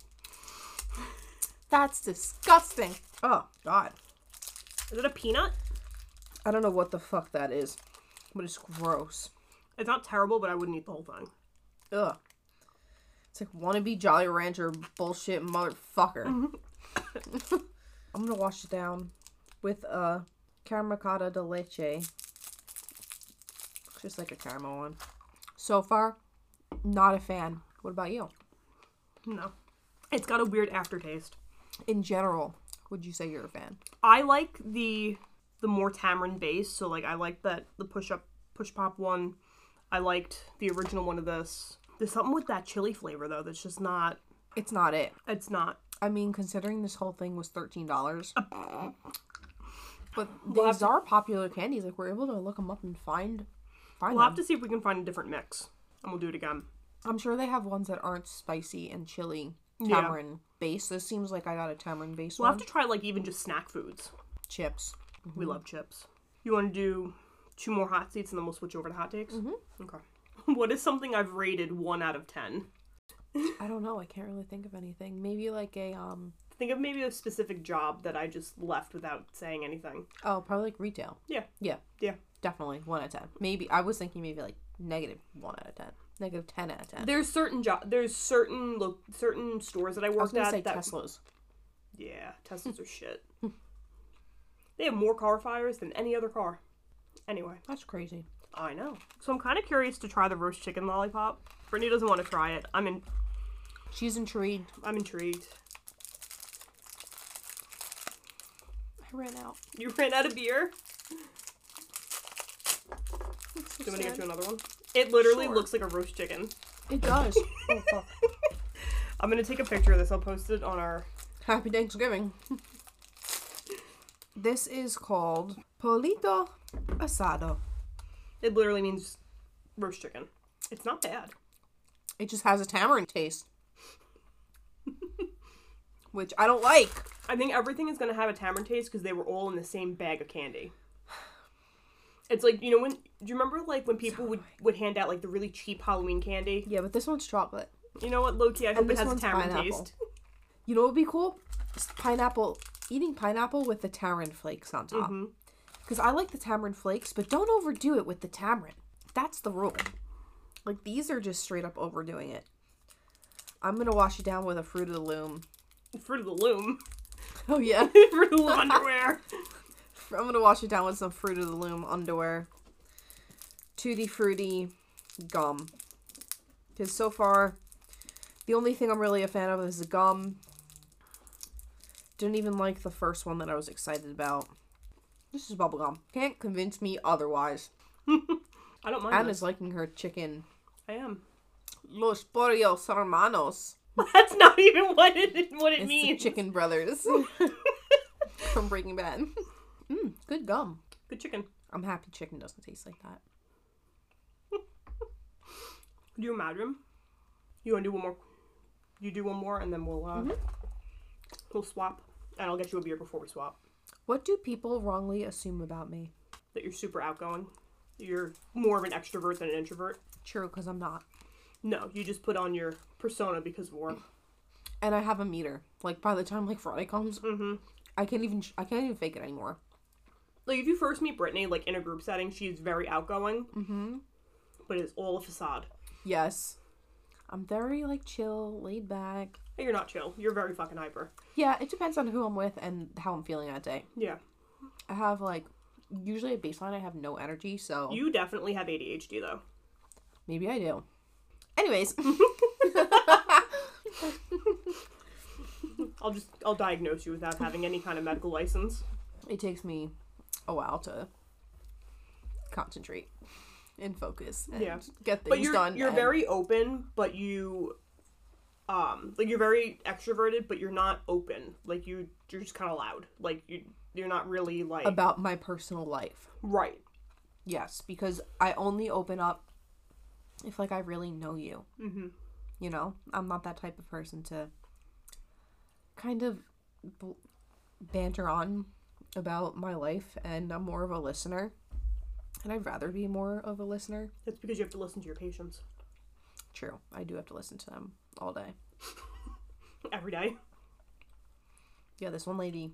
[SPEAKER 3] That's disgusting. Oh god.
[SPEAKER 2] Is it a peanut?
[SPEAKER 3] I don't know what the fuck that is, but it's gross.
[SPEAKER 2] It's not terrible, but I wouldn't eat the whole thing.
[SPEAKER 3] Ugh. It's like wannabe Jolly Rancher bullshit motherfucker. <laughs> I'm gonna wash it down with a caramicata de leche. It's just like a caramel one. So far, not a fan. What about you?
[SPEAKER 2] No. It's got a weird aftertaste.
[SPEAKER 3] In general, would you say you're a fan?
[SPEAKER 2] I like the the more tamarind base, so like I like that the push up push pop one. I liked the original one of this. There's something with that chili flavor though that's just not
[SPEAKER 3] It's not it.
[SPEAKER 2] it's not.
[SPEAKER 3] I mean, considering this whole thing was thirteen
[SPEAKER 2] <laughs>
[SPEAKER 3] dollars. But these are popular candies. Like we're able to look them up and find find
[SPEAKER 2] We'll
[SPEAKER 3] them.
[SPEAKER 2] have to see if we can find a different mix. And we'll do it again.
[SPEAKER 3] I'm sure they have ones that aren't spicy and chili
[SPEAKER 2] Yeah.
[SPEAKER 3] tamarind base. This seems like I got a tamarind base
[SPEAKER 2] We'll
[SPEAKER 3] one.
[SPEAKER 2] have to try like even just snack foods.
[SPEAKER 3] Chips.
[SPEAKER 2] We love chips. You want to do two more hot seats and then we'll switch over to hot takes? Mm-hmm. Okay. <laughs> What is something I've rated 1 out of 10?
[SPEAKER 3] I don't know. I can't really think of anything. Maybe like a um.
[SPEAKER 2] Think of maybe a specific job that I just left without saying anything.
[SPEAKER 3] Oh, probably like retail.
[SPEAKER 2] Yeah.
[SPEAKER 3] Yeah,
[SPEAKER 2] Yeah.
[SPEAKER 3] definitely one out of ten. Maybe I was thinking maybe like negative one out of ten, negative ten out of ten.
[SPEAKER 2] There's certain job there's certain look certain stores that I
[SPEAKER 3] I was
[SPEAKER 2] worked
[SPEAKER 3] gonna
[SPEAKER 2] at
[SPEAKER 3] say
[SPEAKER 2] that
[SPEAKER 3] Teslas.
[SPEAKER 2] Yeah,
[SPEAKER 3] <laughs>
[SPEAKER 2] Teslas are shit. They have more car fires than any other car. Anyway,
[SPEAKER 3] That's crazy.
[SPEAKER 2] I know. So I'm kind of curious to try the roast chicken lollipop. Brittany doesn't want to try it. I'm in
[SPEAKER 3] She's intrigued.
[SPEAKER 2] I'm intrigued.
[SPEAKER 3] I ran out.
[SPEAKER 2] You ran out of beer?
[SPEAKER 3] So
[SPEAKER 2] Do you want to get
[SPEAKER 3] sad.
[SPEAKER 2] you another one? It literally
[SPEAKER 3] Sure.
[SPEAKER 2] looks like a roast chicken.
[SPEAKER 3] It does. oh fuck.
[SPEAKER 2] I'm gonna take a picture of this. I'll post it on our.
[SPEAKER 3] Happy Thanksgiving. <laughs> this is called Polito Asado.
[SPEAKER 2] It literally means roast chicken. It's not bad.
[SPEAKER 3] It just has a tamarind taste, <laughs> which I don't like.
[SPEAKER 2] I think everything is gonna have a tamarind taste because they were all in the same bag of candy. <sighs> It's like you know when do you remember like when people would would hand out like the really cheap Halloween candy?
[SPEAKER 3] Yeah, but this one's chocolate.
[SPEAKER 2] You know what, Loki? I hope it
[SPEAKER 3] Oh, this
[SPEAKER 2] has a
[SPEAKER 3] one's
[SPEAKER 2] tamarind
[SPEAKER 3] pineapple.
[SPEAKER 2] taste. <laughs>
[SPEAKER 3] You know what would be cool? It's pineapple. Eating pineapple with the tamarind flakes on top. Because I like the tamarind flakes, but don't overdo it with the tamarind. That's the rule. Like these are just straight up overdoing it. I'm gonna wash it down with a fruit of the loom.
[SPEAKER 2] Fruit of the loom, <laughs>
[SPEAKER 3] Oh yeah.
[SPEAKER 2] fruit of the loom underwear.
[SPEAKER 3] I'm gonna wash it down with some Fruit of the Loom underwear. Tutti Frutti gum. Because so far, the only thing I'm really a fan of is the gum. Didn't even like the first one that I was excited about. This is bubblegum. Can't convince me otherwise.
[SPEAKER 2] I don't mind.
[SPEAKER 3] Anna's
[SPEAKER 2] This.
[SPEAKER 3] liking her chicken.
[SPEAKER 2] I am. <laughs>
[SPEAKER 3] Los Pollos Hermanos.
[SPEAKER 2] That's not even what it what it
[SPEAKER 3] It's the
[SPEAKER 2] means.
[SPEAKER 3] Chicken Brothers. From Breaking Bad. Mm, good gum.
[SPEAKER 2] Good chicken.
[SPEAKER 3] I'm happy chicken doesn't taste like that.
[SPEAKER 2] Could you imagine? You want to do one more? You do one more, and then we'll uh,
[SPEAKER 3] Mm-hmm.
[SPEAKER 2] we'll swap, and I'll get you a beer before we swap.
[SPEAKER 3] What do people wrongly assume about me?
[SPEAKER 2] That you're super outgoing. You're more of an extrovert than an introvert.
[SPEAKER 3] True, because I'm not.
[SPEAKER 2] No, you just put on your persona because of work.
[SPEAKER 3] And I have a meter. Like by the time like Friday comes,
[SPEAKER 2] Mm-hmm.
[SPEAKER 3] I can't even I can't even fake it anymore.
[SPEAKER 2] <clears throat> Like if you first meet Brittany, like in a group setting, she's very outgoing. Mm-hmm. But it's all a facade.
[SPEAKER 3] Yes, I'm very like chill, laid back.
[SPEAKER 2] You're not chill. You're very fucking hyper.
[SPEAKER 3] Yeah, it depends on who I'm with and how I'm feeling that day.
[SPEAKER 2] Yeah.
[SPEAKER 3] I have like usually at baseline I have no energy, so
[SPEAKER 2] You definitely have ADHD though.
[SPEAKER 3] maybe I do. Anyways, <laughs>
[SPEAKER 2] I'll just I'll diagnose you without having any kind of medical license.
[SPEAKER 3] it takes me a while to concentrate and focus and
[SPEAKER 2] Yeah.
[SPEAKER 3] get things
[SPEAKER 2] But you're
[SPEAKER 3] done.
[SPEAKER 2] you're
[SPEAKER 3] and-
[SPEAKER 2] very open, but you um like you're very extroverted, but you're not open. Like you you're just kind of loud. Like you you're not really like
[SPEAKER 3] about my personal life.
[SPEAKER 2] right.
[SPEAKER 3] Yes, because I only open up if like I really know you. Mm-hmm. You know, I'm not that type of person to kind of bl- banter on about my life, and I'm more of a listener. And I'd rather be more of a listener.
[SPEAKER 2] That's because you have to listen to your patients
[SPEAKER 3] True, I do have to listen to them all day.
[SPEAKER 2] every day. <laughs>
[SPEAKER 3] Yeah, this one lady,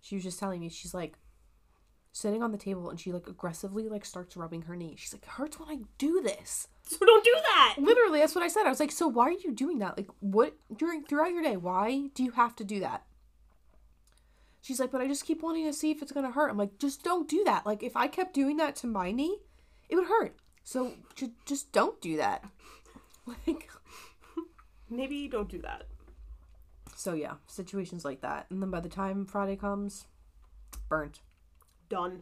[SPEAKER 3] she was just telling me she's like sitting on the table and she like aggressively like starts rubbing her knee. She's like, it hurts when I do this.
[SPEAKER 2] So don't do that.
[SPEAKER 3] literally that's what i said i was like so why are you doing that like what during throughout your day why do you have to do that she's like but i just keep wanting to see if it's gonna hurt i'm like just don't do that like if i kept doing that to my knee it would hurt so ju- just don't do that <laughs> like
[SPEAKER 2] Maybe don't do that.
[SPEAKER 3] so yeah situations like that and then by the time friday comes burnt
[SPEAKER 2] Done.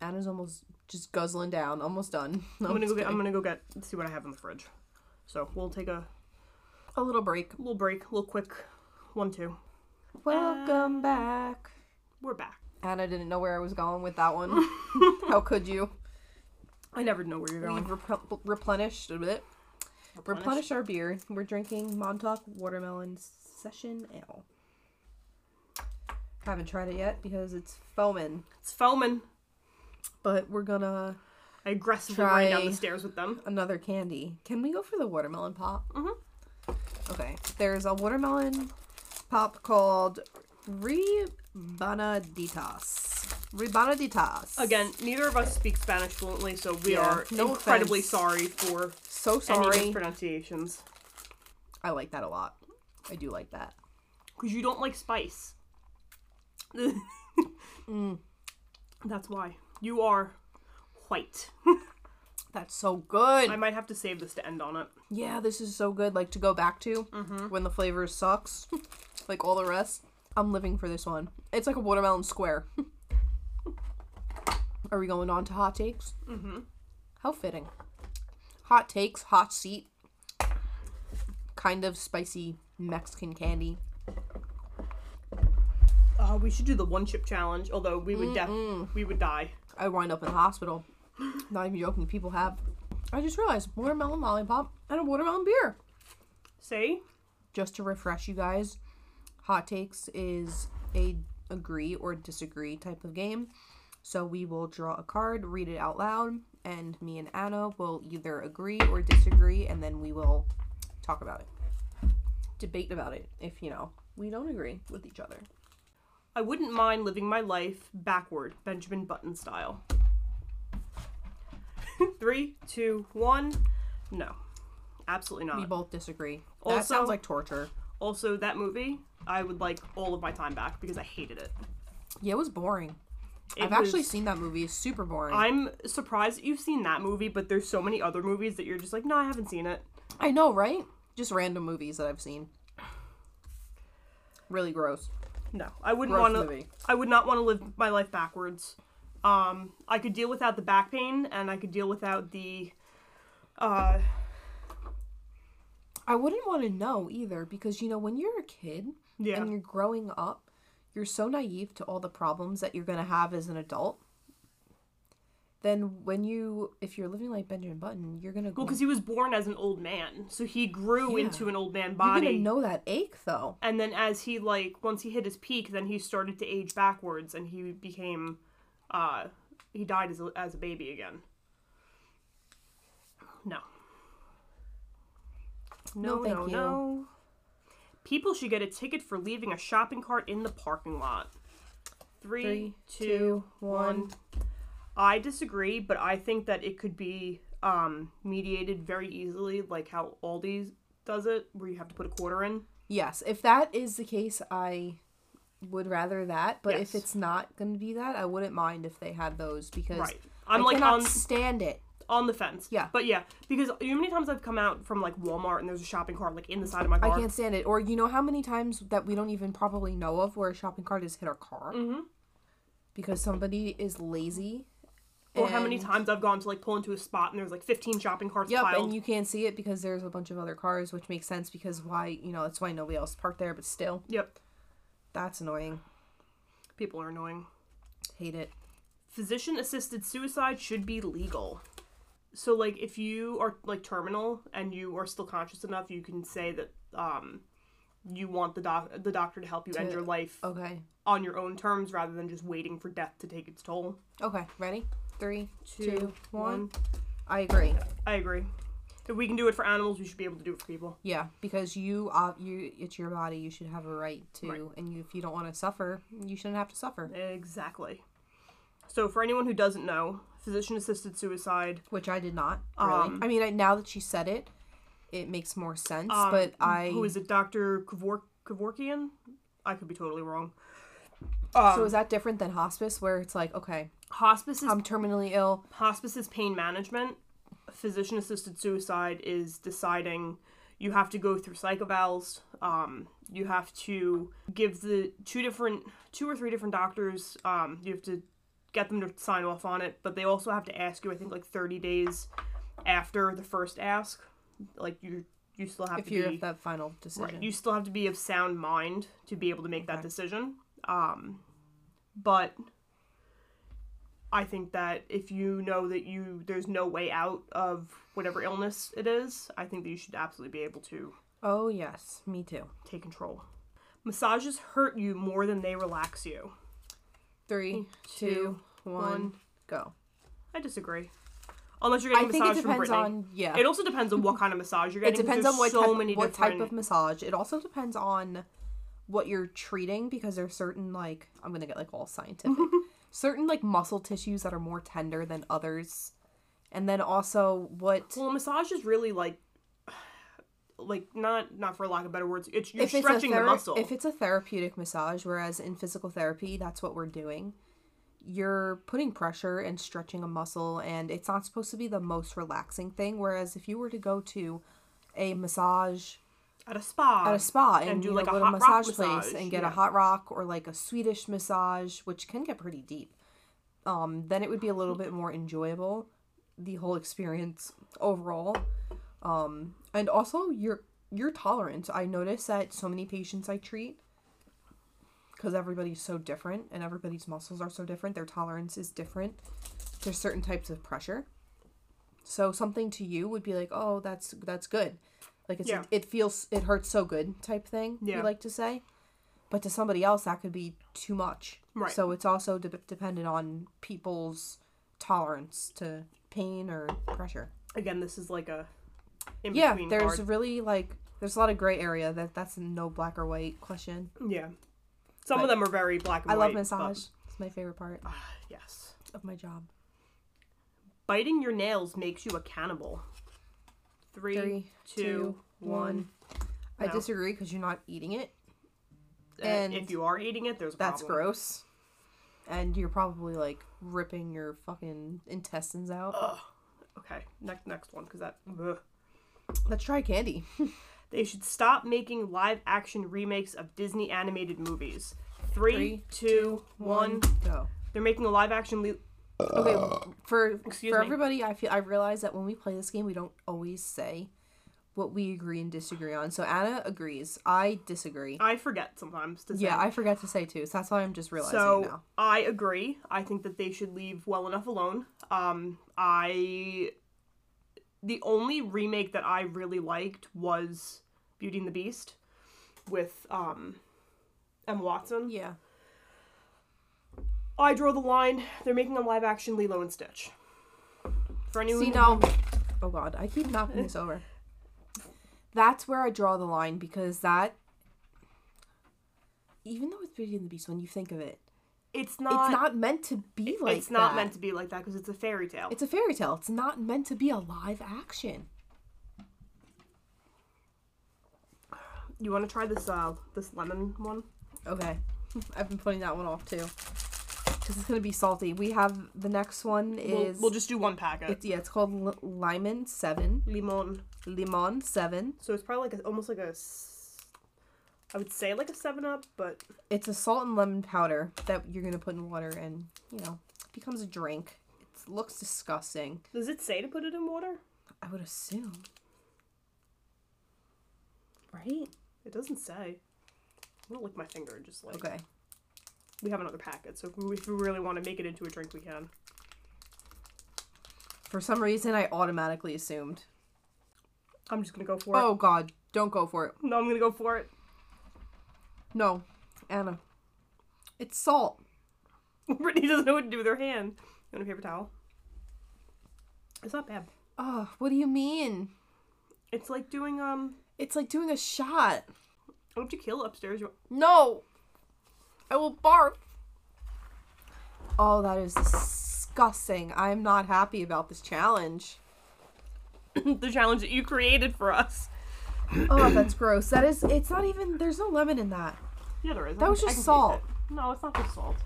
[SPEAKER 3] anna's almost just guzzling down almost done <laughs>
[SPEAKER 2] I'm gonna go get. I'm gonna go get. See what I have in the fridge. So we'll take a
[SPEAKER 3] a little break
[SPEAKER 2] little break, little quick one two.
[SPEAKER 3] welcome back
[SPEAKER 2] We're back.
[SPEAKER 3] anna didn't know where i was going with that one how could you
[SPEAKER 2] I never know where you're going.
[SPEAKER 3] We've repl- replenished a bit. Replenish our beer. We're drinking Montauk Watermelon Session Ale. Haven't tried it yet because it's foaming,
[SPEAKER 2] It's foaming.
[SPEAKER 3] but we're gonna
[SPEAKER 2] I aggressively ran down
[SPEAKER 3] Try-
[SPEAKER 2] the stairs with them.
[SPEAKER 3] another candy. Can we go for the watermelon pop?
[SPEAKER 2] Mhm.
[SPEAKER 3] Okay. There's a watermelon pop called Rebanaditas. Rebanaditas.
[SPEAKER 2] Again, neither of us speak Spanish fluently, so we
[SPEAKER 3] Yeah,
[SPEAKER 2] are
[SPEAKER 3] no
[SPEAKER 2] incredibly
[SPEAKER 3] offense.
[SPEAKER 2] sorry for
[SPEAKER 3] so
[SPEAKER 2] any
[SPEAKER 3] sorry.
[SPEAKER 2] mispronunciations.
[SPEAKER 3] I like that a lot. I do like that.
[SPEAKER 2] Because you don't like spice. <laughs> Mm. That's why. You are white.
[SPEAKER 3] That's so good.
[SPEAKER 2] I might have to save this to end on it.
[SPEAKER 3] yeah, this is so good. Like to go back to when the flavor sucks, <laughs> like all the rest. I'm living for this one. It's like a watermelon square. <laughs> Are we going on to hot takes? Mm-hmm. How fitting. Hot takes, hot seat, kind of spicy Mexican candy.
[SPEAKER 2] Uh, we should do the one chip challenge, although we would def- we would die.
[SPEAKER 3] I wind up in the hospital. Not even joking. People have. I just realized watermelon lollipop and a watermelon beer.
[SPEAKER 2] Say?
[SPEAKER 3] just to refresh you guys, hot takes is a agree or disagree type of game. So we will draw a card, read it out loud, and me and Anna will either agree or disagree, and then we will talk about it, debate about it. If you know we don't agree with each other,
[SPEAKER 2] I wouldn't mind living my life backward, Benjamin Button style. <laughs> Three, two, one. No. Absolutely
[SPEAKER 3] we
[SPEAKER 2] not.
[SPEAKER 3] both disagree.
[SPEAKER 2] Uh, Also-
[SPEAKER 3] that sounds like torture.
[SPEAKER 2] Also, that movie, I would like all of my time back because I hated it.
[SPEAKER 3] Yeah, it was boring.
[SPEAKER 2] It
[SPEAKER 3] I've actually
[SPEAKER 2] was-
[SPEAKER 3] seen that movie. It's super boring. I,
[SPEAKER 2] I'm surprised that you've seen that movie, but there's so many other movies that you're just like, no, I haven't seen it.
[SPEAKER 3] I know, right? Just random movies that I've seen. Really gross.
[SPEAKER 2] No, I wouldn't
[SPEAKER 3] Gross
[SPEAKER 2] want to.
[SPEAKER 3] movie.
[SPEAKER 2] I would not want to live my life backwards. Um, I could deal without the back pain, and I could deal without the. Uh,
[SPEAKER 3] I wouldn't want to know either because you know when you're a kid
[SPEAKER 2] Yeah.
[SPEAKER 3] and you're growing up, you're so naive to all the problems that you're going to have as an adult. Then when you if you're living like Benjamin Button, you're going to
[SPEAKER 2] well, because he was born as an old man, so he grew
[SPEAKER 3] Yeah.
[SPEAKER 2] into an old man
[SPEAKER 3] you're
[SPEAKER 2] body.
[SPEAKER 3] going to know that ache though.
[SPEAKER 2] and then as he like once he hit his peak, then he started to age backwards, and he became. Uh, he died as a, as a baby again. No. No,
[SPEAKER 3] No, thank
[SPEAKER 2] no,
[SPEAKER 3] you.
[SPEAKER 2] no. People should get a ticket for leaving a shopping cart in the parking lot. Three,
[SPEAKER 3] Three,
[SPEAKER 2] two, one.
[SPEAKER 3] two, one.
[SPEAKER 2] I disagree, but I think that it could be um, mediated very easily, like how Aldi does it, where you have to put a quarter in.
[SPEAKER 3] Yes, if that is the case, I would rather that. But
[SPEAKER 2] Yes.
[SPEAKER 3] if it's not going to be that, I wouldn't mind if they had those because
[SPEAKER 2] Right. I'm
[SPEAKER 3] I'm I
[SPEAKER 2] like um,
[SPEAKER 3] cannot
[SPEAKER 2] on
[SPEAKER 3] stand it.
[SPEAKER 2] on the fence.
[SPEAKER 3] Yeah.
[SPEAKER 2] But yeah, because you know how many times I've come out from like Walmart and there's a shopping cart like in the side of my car.
[SPEAKER 3] I can't stand it. Or you know how many times that we don't even probably know of where a shopping cart has hit our car
[SPEAKER 2] Mm-hmm.
[SPEAKER 3] because somebody is lazy.
[SPEAKER 2] or how many
[SPEAKER 3] and-
[SPEAKER 2] times I've gone to like pull into a spot and there's like 15 shopping carts
[SPEAKER 3] Yep,
[SPEAKER 2] piled.
[SPEAKER 3] and you can't see it because there's a bunch of other cars, which makes sense because why you know that's why nobody else parked there. But still,
[SPEAKER 2] yep.
[SPEAKER 3] that's annoying.
[SPEAKER 2] People are annoying.
[SPEAKER 3] Hate it.
[SPEAKER 2] physician assisted suicide should be legal. So like if you are like terminal and you are still conscious enough, you can say that um you want the doc the doctor to help you end
[SPEAKER 3] To-
[SPEAKER 2] your life
[SPEAKER 3] Okay.
[SPEAKER 2] on your own terms rather than just waiting for death to take its toll.
[SPEAKER 3] Okay. Ready? Three, two,
[SPEAKER 2] Two,
[SPEAKER 3] one.
[SPEAKER 2] one.
[SPEAKER 3] I agree.
[SPEAKER 2] I agree. If we can do it for animals, we should be able to do it for people.
[SPEAKER 3] Yeah, because you, uh, you, it's your body. You should have a right to,
[SPEAKER 2] Right.
[SPEAKER 3] and you, if you don't want to suffer, you shouldn't have to suffer.
[SPEAKER 2] Exactly. So for anyone who doesn't know, physician assisted suicide
[SPEAKER 3] Which I did not. Really. I mean, I, now that she said it, it makes more sense.
[SPEAKER 2] um,
[SPEAKER 3] but I,
[SPEAKER 2] who is it, Doctor Kevork Kevorkian? I could be totally wrong. um,
[SPEAKER 3] so is that different than hospice, where it's like, okay,
[SPEAKER 2] Hospice is
[SPEAKER 3] I'm terminally ill.
[SPEAKER 2] hospice is pain management physician assisted suicide is deciding you have to go through psychovals um, you have to give the two different two or three different doctors um, you have to get them to sign off on it but they also have to ask you i think like 30 days after the first ask like you you still have
[SPEAKER 3] If
[SPEAKER 2] to
[SPEAKER 3] you're
[SPEAKER 2] be
[SPEAKER 3] at that final decision,
[SPEAKER 2] Right. You still have to be of sound mind to be able to make that decision. Um, but I think that if you know that you there's no way out of whatever illness it is, I think that you should absolutely be able to
[SPEAKER 3] oh yes, me too.
[SPEAKER 2] take control. Massages hurt you more than they relax you.
[SPEAKER 3] Three, two,
[SPEAKER 2] two,
[SPEAKER 3] one,
[SPEAKER 2] one.
[SPEAKER 3] go.
[SPEAKER 2] I disagree. Unless you're
[SPEAKER 3] I
[SPEAKER 2] getting a
[SPEAKER 3] think it
[SPEAKER 2] massage from
[SPEAKER 3] depends
[SPEAKER 2] Brittany.
[SPEAKER 3] on yeah.
[SPEAKER 2] It also depends on what kind of massage you're getting.
[SPEAKER 3] it depends
[SPEAKER 2] There's
[SPEAKER 3] on what
[SPEAKER 2] so
[SPEAKER 3] type,
[SPEAKER 2] many
[SPEAKER 3] what
[SPEAKER 2] different...
[SPEAKER 3] type of massage. It also depends on what you're treating because there's certain like I'm gonna get like
[SPEAKER 2] <laughs>
[SPEAKER 3] all scientific, certain like muscle tissues that are more tender than others, and then also what
[SPEAKER 2] Well, massage is really like, <sighs> like not not for lack of better words. It's you're
[SPEAKER 3] if it's a
[SPEAKER 2] stretching
[SPEAKER 3] thera-
[SPEAKER 2] the muscle.
[SPEAKER 3] if it's a therapeutic massage, whereas in physical therapy that's what we're doing. You're putting pressure and stretching a muscle, and it's not supposed to be the most relaxing thing. Whereas if you were to go to a massage
[SPEAKER 2] at a spa.
[SPEAKER 3] at a spa and,
[SPEAKER 2] and do,
[SPEAKER 3] you
[SPEAKER 2] like,
[SPEAKER 3] know,
[SPEAKER 2] a
[SPEAKER 3] go to
[SPEAKER 2] hot rock
[SPEAKER 3] massage place
[SPEAKER 2] massage,
[SPEAKER 3] and get a
[SPEAKER 2] yeah.
[SPEAKER 3] hot rock or like a Swedish massage, which can get pretty deep. Um, then it would be a little bit more enjoyable, the whole experience overall. Um, and also your your tolerance. I notice that so many patients I treat, because everybody's so different and everybody's muscles are so different, their tolerance is different. There's certain types of pressure. So something to you would be like, oh, that's that's good. Like it's
[SPEAKER 2] Yeah.
[SPEAKER 3] it feels it hurts so good type thing we
[SPEAKER 2] Yeah.
[SPEAKER 3] like to say, but to somebody else that could be too much.
[SPEAKER 2] Right.
[SPEAKER 3] So it's also de- dependent on people's tolerance to pain or pressure.
[SPEAKER 2] Again, this is like a in
[SPEAKER 3] Yeah,
[SPEAKER 2] between
[SPEAKER 3] there's
[SPEAKER 2] card.
[SPEAKER 3] really like there's a lot of gray area that that's no black or white question.
[SPEAKER 2] yeah. Some of them are very black and
[SPEAKER 3] I
[SPEAKER 2] white.
[SPEAKER 3] love
[SPEAKER 2] but-
[SPEAKER 3] massage. It's my favorite part
[SPEAKER 2] yes.
[SPEAKER 3] of my job.
[SPEAKER 2] Biting your nails makes you a cannibal. Three, two, one.
[SPEAKER 3] Three, two, one. I
[SPEAKER 2] No.
[SPEAKER 3] disagree because you're not eating it.
[SPEAKER 2] And
[SPEAKER 3] And
[SPEAKER 2] if you are eating it, there's a
[SPEAKER 3] That's
[SPEAKER 2] problem.
[SPEAKER 3] gross. And you're probably like ripping your fucking intestines out.
[SPEAKER 2] Okay, next next one because that. ugh.
[SPEAKER 3] Let's try candy.
[SPEAKER 2] They should stop making live action remakes of Disney animated movies. Three,
[SPEAKER 3] Three,
[SPEAKER 2] two, one.
[SPEAKER 3] go.
[SPEAKER 2] They're making a live action. Le-
[SPEAKER 3] Okay, for
[SPEAKER 2] Excuse
[SPEAKER 3] for
[SPEAKER 2] me.
[SPEAKER 3] everybody, I feel I realize that when we play this game, we don't always say what we agree and disagree on. So Anna agrees. I disagree.
[SPEAKER 2] I forget sometimes to say.
[SPEAKER 3] yeah, I forgot to say too. So that's why I'm just realizing it
[SPEAKER 2] so
[SPEAKER 3] now.
[SPEAKER 2] I agree. I think that they should leave well enough alone. Um, I the only remake that I really liked was Beauty and the Beast with um Emma Watson.
[SPEAKER 3] Yeah.
[SPEAKER 2] I draw the line. They're making a live action Lilo and Stitch. For anyone,
[SPEAKER 3] See
[SPEAKER 2] who-
[SPEAKER 3] now, oh god, I keep knocking this over. That's where I draw the line because that, even though it's Beauty and the Beast, when you think of it,
[SPEAKER 2] it's
[SPEAKER 3] it's
[SPEAKER 2] not.
[SPEAKER 3] not meant to be like
[SPEAKER 2] it's not
[SPEAKER 3] that.
[SPEAKER 2] meant to be like that because it's a fairy tale.
[SPEAKER 3] It's a fairy tale. It's not meant to be a live action.
[SPEAKER 2] You want to try this uh this lemon one?
[SPEAKER 3] Okay. <laughs> I've been putting that one off too. Because it's going to be salty. We have the next one is.
[SPEAKER 2] We'll, we'll just do one packet.
[SPEAKER 3] it's, yeah, it's called L- Limon 7.
[SPEAKER 2] Limon.
[SPEAKER 3] Limon 7.
[SPEAKER 2] So it's probably like a, almost like a. s- I would say like a Seven Up, but
[SPEAKER 3] It's a salt and lemon powder that you're going to put in water and, you know, it becomes a drink. It looks disgusting.
[SPEAKER 2] does it say to put it in water?
[SPEAKER 3] I would assume. Right?
[SPEAKER 2] It doesn't say. I'm gonna lick my finger and just like.
[SPEAKER 3] Okay.
[SPEAKER 2] We have another packet, so if we, if we really want to make it into a drink, we can.
[SPEAKER 3] For some reason, I automatically assumed.
[SPEAKER 2] I'm just gonna go for
[SPEAKER 3] Oh, God. Don't go for it.
[SPEAKER 2] it. No, I'm gonna go for it. <laughs>
[SPEAKER 3] No. Anna. It's salt.
[SPEAKER 2] Brittany doesn't know what to do with her hand. You want a paper towel? It's not bad.
[SPEAKER 3] Oh, what do you mean?
[SPEAKER 2] It's like doing um.
[SPEAKER 3] It's like doing a shot.
[SPEAKER 2] Don't you kill upstairs? You-
[SPEAKER 3] No. I will barf. Oh, that is disgusting. I'm not happy about this challenge.
[SPEAKER 2] <laughs> the challenge that you created for us.
[SPEAKER 3] Oh, that's gross. That is it's not even there's no lemon in that.
[SPEAKER 2] Yeah, there is. I
[SPEAKER 3] That
[SPEAKER 2] can-
[SPEAKER 3] was
[SPEAKER 2] I can
[SPEAKER 3] just
[SPEAKER 2] taste
[SPEAKER 3] salt.
[SPEAKER 2] it. No, it's not just salt.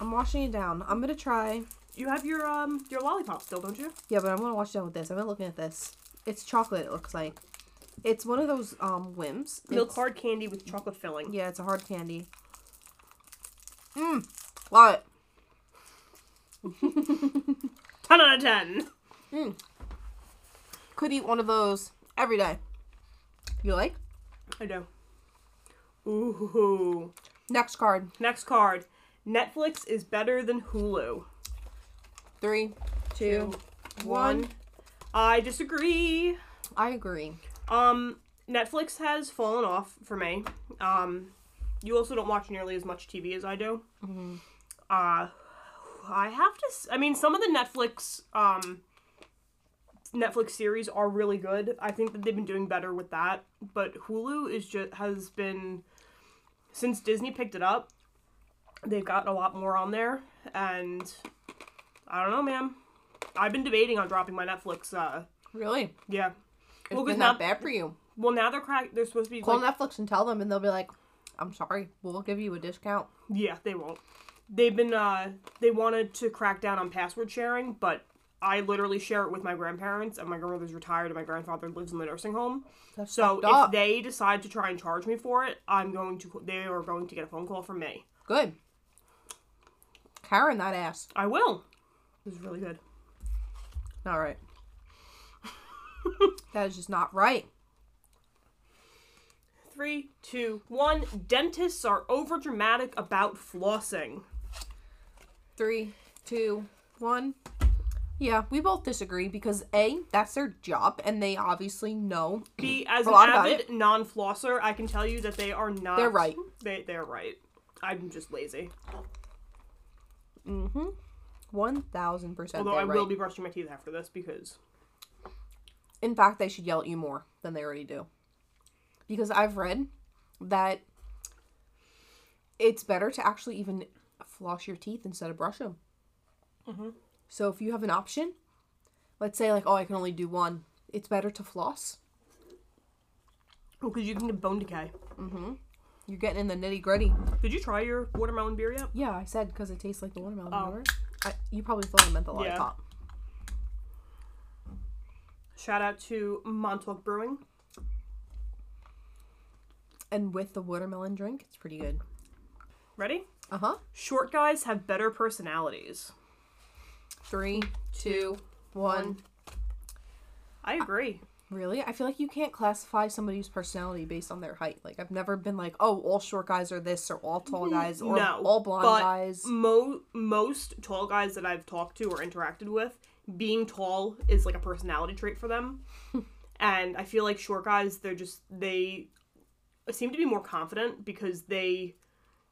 [SPEAKER 3] I'm washing it down. I'm gonna try
[SPEAKER 2] You have your um your lollipop still, don't you?
[SPEAKER 3] Yeah, but I'm gonna wash it down with this. I've been looking at this. It's chocolate, it looks like. It's one of those um whims.
[SPEAKER 2] Milk
[SPEAKER 3] It's-
[SPEAKER 2] hard candy with chocolate filling.
[SPEAKER 3] Yeah, it's a hard candy. Mmm. Love it.
[SPEAKER 2] Ten out of ten.
[SPEAKER 3] Could eat one of those every day. You like?
[SPEAKER 2] I do. Ooh.
[SPEAKER 3] Next card.
[SPEAKER 2] Next card. Netflix is better than Hulu.
[SPEAKER 3] Three, two, one.
[SPEAKER 2] I disagree.
[SPEAKER 3] I agree.
[SPEAKER 2] Um, Netflix has fallen off for me. Um, you also don't watch nearly as much TV as I do.
[SPEAKER 3] Mm-hmm.
[SPEAKER 2] Uh, I have to. s- I mean, some of the Netflix um, Netflix series are really good. I think that they've been doing better with that. But Hulu is just has been since Disney picked it up. They've gotten a lot more on there, and I don't know, man. I've been debating on dropping my Netflix. Uh,
[SPEAKER 3] Really?
[SPEAKER 2] yeah.
[SPEAKER 3] It's
[SPEAKER 2] Well, 'cause
[SPEAKER 3] been
[SPEAKER 2] now-
[SPEAKER 3] that bad for you.
[SPEAKER 2] Well, now they're crack. They're supposed to be.
[SPEAKER 3] Call
[SPEAKER 2] like,
[SPEAKER 3] Netflix and tell them, and they'll be like, "I'm sorry, we'll give you a discount."
[SPEAKER 2] yeah, they won't. They've been. Uh, they wanted to crack down on password sharing, but I literally share it with my grandparents, and my grandmother's retired, and my grandfather lives in the nursing home.
[SPEAKER 3] That's
[SPEAKER 2] So
[SPEAKER 3] fucked
[SPEAKER 2] if
[SPEAKER 3] up.
[SPEAKER 2] they decide to try and charge me for it, I'm going to. They are going to get a phone call from me.
[SPEAKER 3] good. Karen, that ass.
[SPEAKER 2] I will. This is really good.
[SPEAKER 3] All right. that is just not right.
[SPEAKER 2] Three, two, one. Dentists are over dramatic about flossing.
[SPEAKER 3] Three, two, one. Yeah, we both disagree because a that's their job, and they obviously know.
[SPEAKER 2] B, as
[SPEAKER 3] Mm. A
[SPEAKER 2] an
[SPEAKER 3] lot about
[SPEAKER 2] avid non-flosser, I can tell you that they are not.
[SPEAKER 3] They're right.
[SPEAKER 2] They they're right. I'm just lazy.
[SPEAKER 3] One thousand percent.
[SPEAKER 2] Although I
[SPEAKER 3] they're
[SPEAKER 2] will
[SPEAKER 3] right.
[SPEAKER 2] be brushing my teeth after this because
[SPEAKER 3] In fact, they should yell at you more than they already do. Because I've read that it's better to actually even floss your teeth instead of brush them.
[SPEAKER 2] Mm-hmm.
[SPEAKER 3] So if you have an option, let's say, like, oh, I can only do one, it's better to floss.
[SPEAKER 2] because oh, you can get bone decay.
[SPEAKER 3] You're getting in the nitty gritty.
[SPEAKER 2] Did you try your watermelon beer yet?
[SPEAKER 3] Yeah, I said because it tastes like the watermelon.
[SPEAKER 2] Oh.
[SPEAKER 3] remember? I, you probably thought I meant the
[SPEAKER 2] Yeah.
[SPEAKER 3] lollipop.
[SPEAKER 2] Shout out to Montauk Brewing.
[SPEAKER 3] And with the watermelon drink, it's pretty good.
[SPEAKER 2] Ready?
[SPEAKER 3] Uh huh.
[SPEAKER 2] Short guys have better personalities.
[SPEAKER 3] Three, two, one.
[SPEAKER 2] I agree.
[SPEAKER 3] Really? I feel like you can't classify somebody's personality based on their height. Like I've never been like, oh, all short guys are this, or all tall guys, or
[SPEAKER 2] no,
[SPEAKER 3] all blonde
[SPEAKER 2] but
[SPEAKER 3] guys.
[SPEAKER 2] Mo- most tall guys that I've talked to or interacted with, being tall is like a personality trait for
[SPEAKER 3] <laughs>
[SPEAKER 2] them. and I feel like short guys, they're just they seem to be more confident because they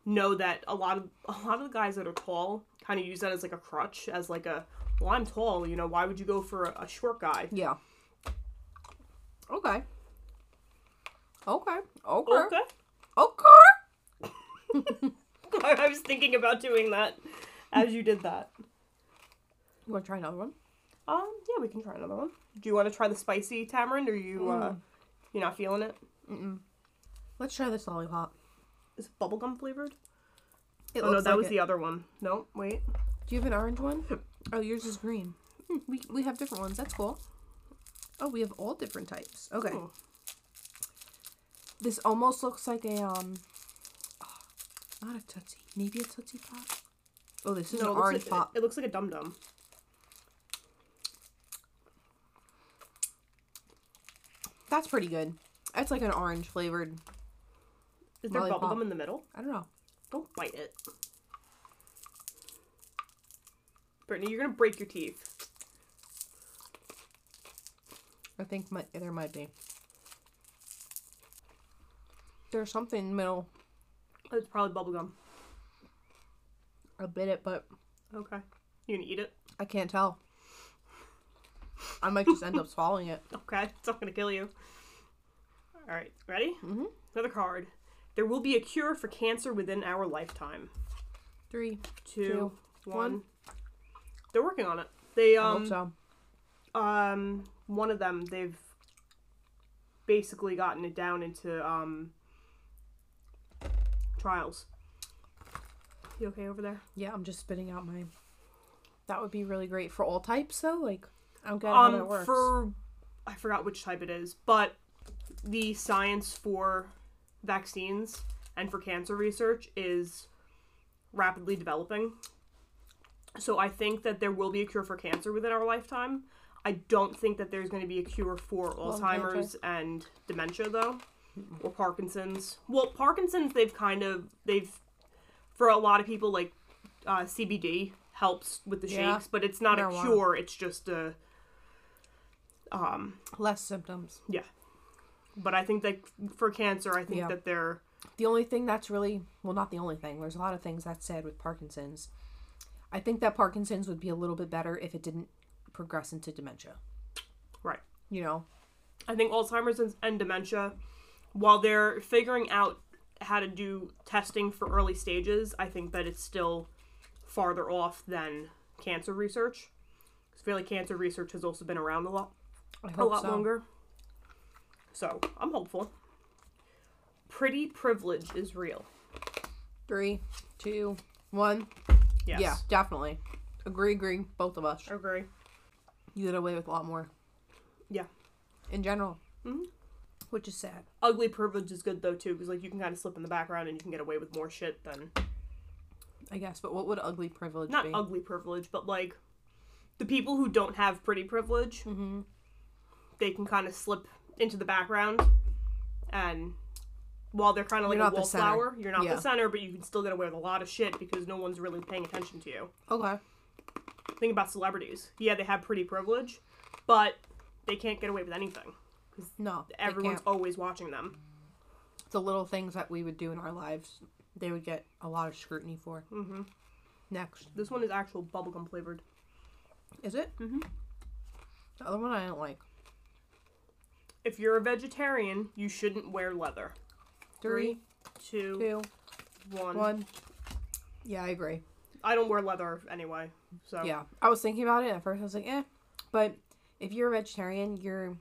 [SPEAKER 2] know that a lot of a lot of the guys that are tall kind of use that as like a crutch, as like a well, I'm tall, you know, why would you go for a, a short guy?
[SPEAKER 3] Yeah. Okay. Okay. Okay.
[SPEAKER 2] Okay. <laughs>
[SPEAKER 3] Okay.
[SPEAKER 2] I was thinking about doing that as you did that.
[SPEAKER 3] You want to try another one? Mm.
[SPEAKER 2] Um, yeah, we can try another one. Do you want to try the spicy tamarind, or you, uh, you're not feeling it?
[SPEAKER 3] Let's try this lollipop.
[SPEAKER 2] Is it bubblegum flavored?
[SPEAKER 3] It
[SPEAKER 2] Oh no,
[SPEAKER 3] looks
[SPEAKER 2] that
[SPEAKER 3] like
[SPEAKER 2] was
[SPEAKER 3] it.
[SPEAKER 2] the other one. No, wait.
[SPEAKER 3] Do you have an orange one? Oh, yours is green. Hmm, we, we have different ones. That's cool. Oh, we have all different types. Okay.
[SPEAKER 2] Oh.
[SPEAKER 3] This almost looks like a um, oh, not a tootsie, maybe a tootsie pop. Oh, this is
[SPEAKER 2] No, it
[SPEAKER 3] an
[SPEAKER 2] looks
[SPEAKER 3] orange
[SPEAKER 2] like,
[SPEAKER 3] pop.
[SPEAKER 2] It, it looks like a dum dum.
[SPEAKER 3] That's pretty good. That's like an orange flavored.
[SPEAKER 2] Is there
[SPEAKER 3] Lollipop.
[SPEAKER 2] bubblegum in the middle?
[SPEAKER 3] I don't know.
[SPEAKER 2] Don't bite it. Brittany, you're gonna break your teeth.
[SPEAKER 3] I think my, there might be. There's something in the middle.
[SPEAKER 2] It's probably bubblegum.
[SPEAKER 3] I bit it, but
[SPEAKER 2] Okay. You gonna eat it?
[SPEAKER 3] I can't tell. I might just <laughs> end up swallowing it.
[SPEAKER 2] Okay, it's not gonna kill you. Alright, ready? Mm-hmm. Another card. There will be a cure for cancer within our lifetime.
[SPEAKER 3] Three.
[SPEAKER 2] Two,
[SPEAKER 3] Two,
[SPEAKER 2] one.
[SPEAKER 3] one.
[SPEAKER 2] They're working on it. They
[SPEAKER 3] I hope
[SPEAKER 2] um
[SPEAKER 3] so.
[SPEAKER 2] um one of them they've basically gotten it down into um trials. You okay over there?
[SPEAKER 3] Yeah, I'm just spitting out my. That would be really great for all types, though. Like, I don't get how that
[SPEAKER 2] um
[SPEAKER 3] works.
[SPEAKER 2] for I forgot which type it is, but the science for vaccines and for cancer research is rapidly developing. So I think that there will be a cure for cancer within our lifetime. I don't think that there's going to be a cure for
[SPEAKER 3] Lung
[SPEAKER 2] Alzheimer's and dementia though or Parkinson's. Well, Parkinson's they've kind of they've for a lot of people like uh, CBD helps with the
[SPEAKER 3] Yeah.
[SPEAKER 2] shakes, but it's not
[SPEAKER 3] Marijuana.
[SPEAKER 2] a cure. It's just a
[SPEAKER 3] Less symptoms.
[SPEAKER 2] yeah. But I think that for cancer, I think
[SPEAKER 3] Yeah.
[SPEAKER 2] that they're
[SPEAKER 3] The only thing that's really. Well, not the only thing. There's a lot of things that's sad with Parkinson's. I think that Parkinson's would be a little bit better if it didn't progress into dementia.
[SPEAKER 2] right.
[SPEAKER 3] You know?
[SPEAKER 2] I think Alzheimer's and, and dementia, while they're figuring out how to do testing for early stages, I think that it's still farther off than cancer research. 'Cause I feel like cancer research has also been around a lot
[SPEAKER 3] I
[SPEAKER 2] a
[SPEAKER 3] hope
[SPEAKER 2] lot
[SPEAKER 3] so.
[SPEAKER 2] longer. So I'm hopeful. Pretty privilege is real.
[SPEAKER 3] Three, two, one.
[SPEAKER 2] Yes.
[SPEAKER 3] Yeah, definitely. Agree, agree. Both of us.
[SPEAKER 2] I agree.
[SPEAKER 3] You get away with a lot more
[SPEAKER 2] Yeah.
[SPEAKER 3] in general,
[SPEAKER 2] Mm-hmm.
[SPEAKER 3] which is sad.
[SPEAKER 2] Ugly privilege is good though too, because like you can kind of slip in the background and you can get away with more shit than
[SPEAKER 3] I guess, but what would ugly privilege
[SPEAKER 2] not
[SPEAKER 3] be?
[SPEAKER 2] ugly privilege, but like the people who don't have pretty privilege,
[SPEAKER 3] Mm-hmm.
[SPEAKER 2] they can kind of slip into the background, and while they're kind of like
[SPEAKER 3] You're
[SPEAKER 2] a
[SPEAKER 3] not the center.
[SPEAKER 2] wallflower, you're not
[SPEAKER 3] Yeah.
[SPEAKER 2] the center, but you can still get away with a lot of shit because no one's really paying attention to you.
[SPEAKER 3] okay.
[SPEAKER 2] Think about celebrities. Yeah, they have pretty privilege, but they can't get away with anything.
[SPEAKER 3] No, they
[SPEAKER 2] Everyone's
[SPEAKER 3] can't.
[SPEAKER 2] always watching them.
[SPEAKER 3] the little things that we would do in our lives, they would get a lot of scrutiny for. Mm-hmm. Next,
[SPEAKER 2] This one is actual bubblegum flavored.
[SPEAKER 3] is it? Mm-hmm. The other one I don't like.
[SPEAKER 2] If you're a vegetarian, you shouldn't wear leather.
[SPEAKER 3] Three,
[SPEAKER 2] Two, one.
[SPEAKER 3] two, one. Yeah, I agree.
[SPEAKER 2] I don't wear leather anyway, so
[SPEAKER 3] Yeah, I was thinking about it at first. I was like, eh, but if you're a vegetarian, you're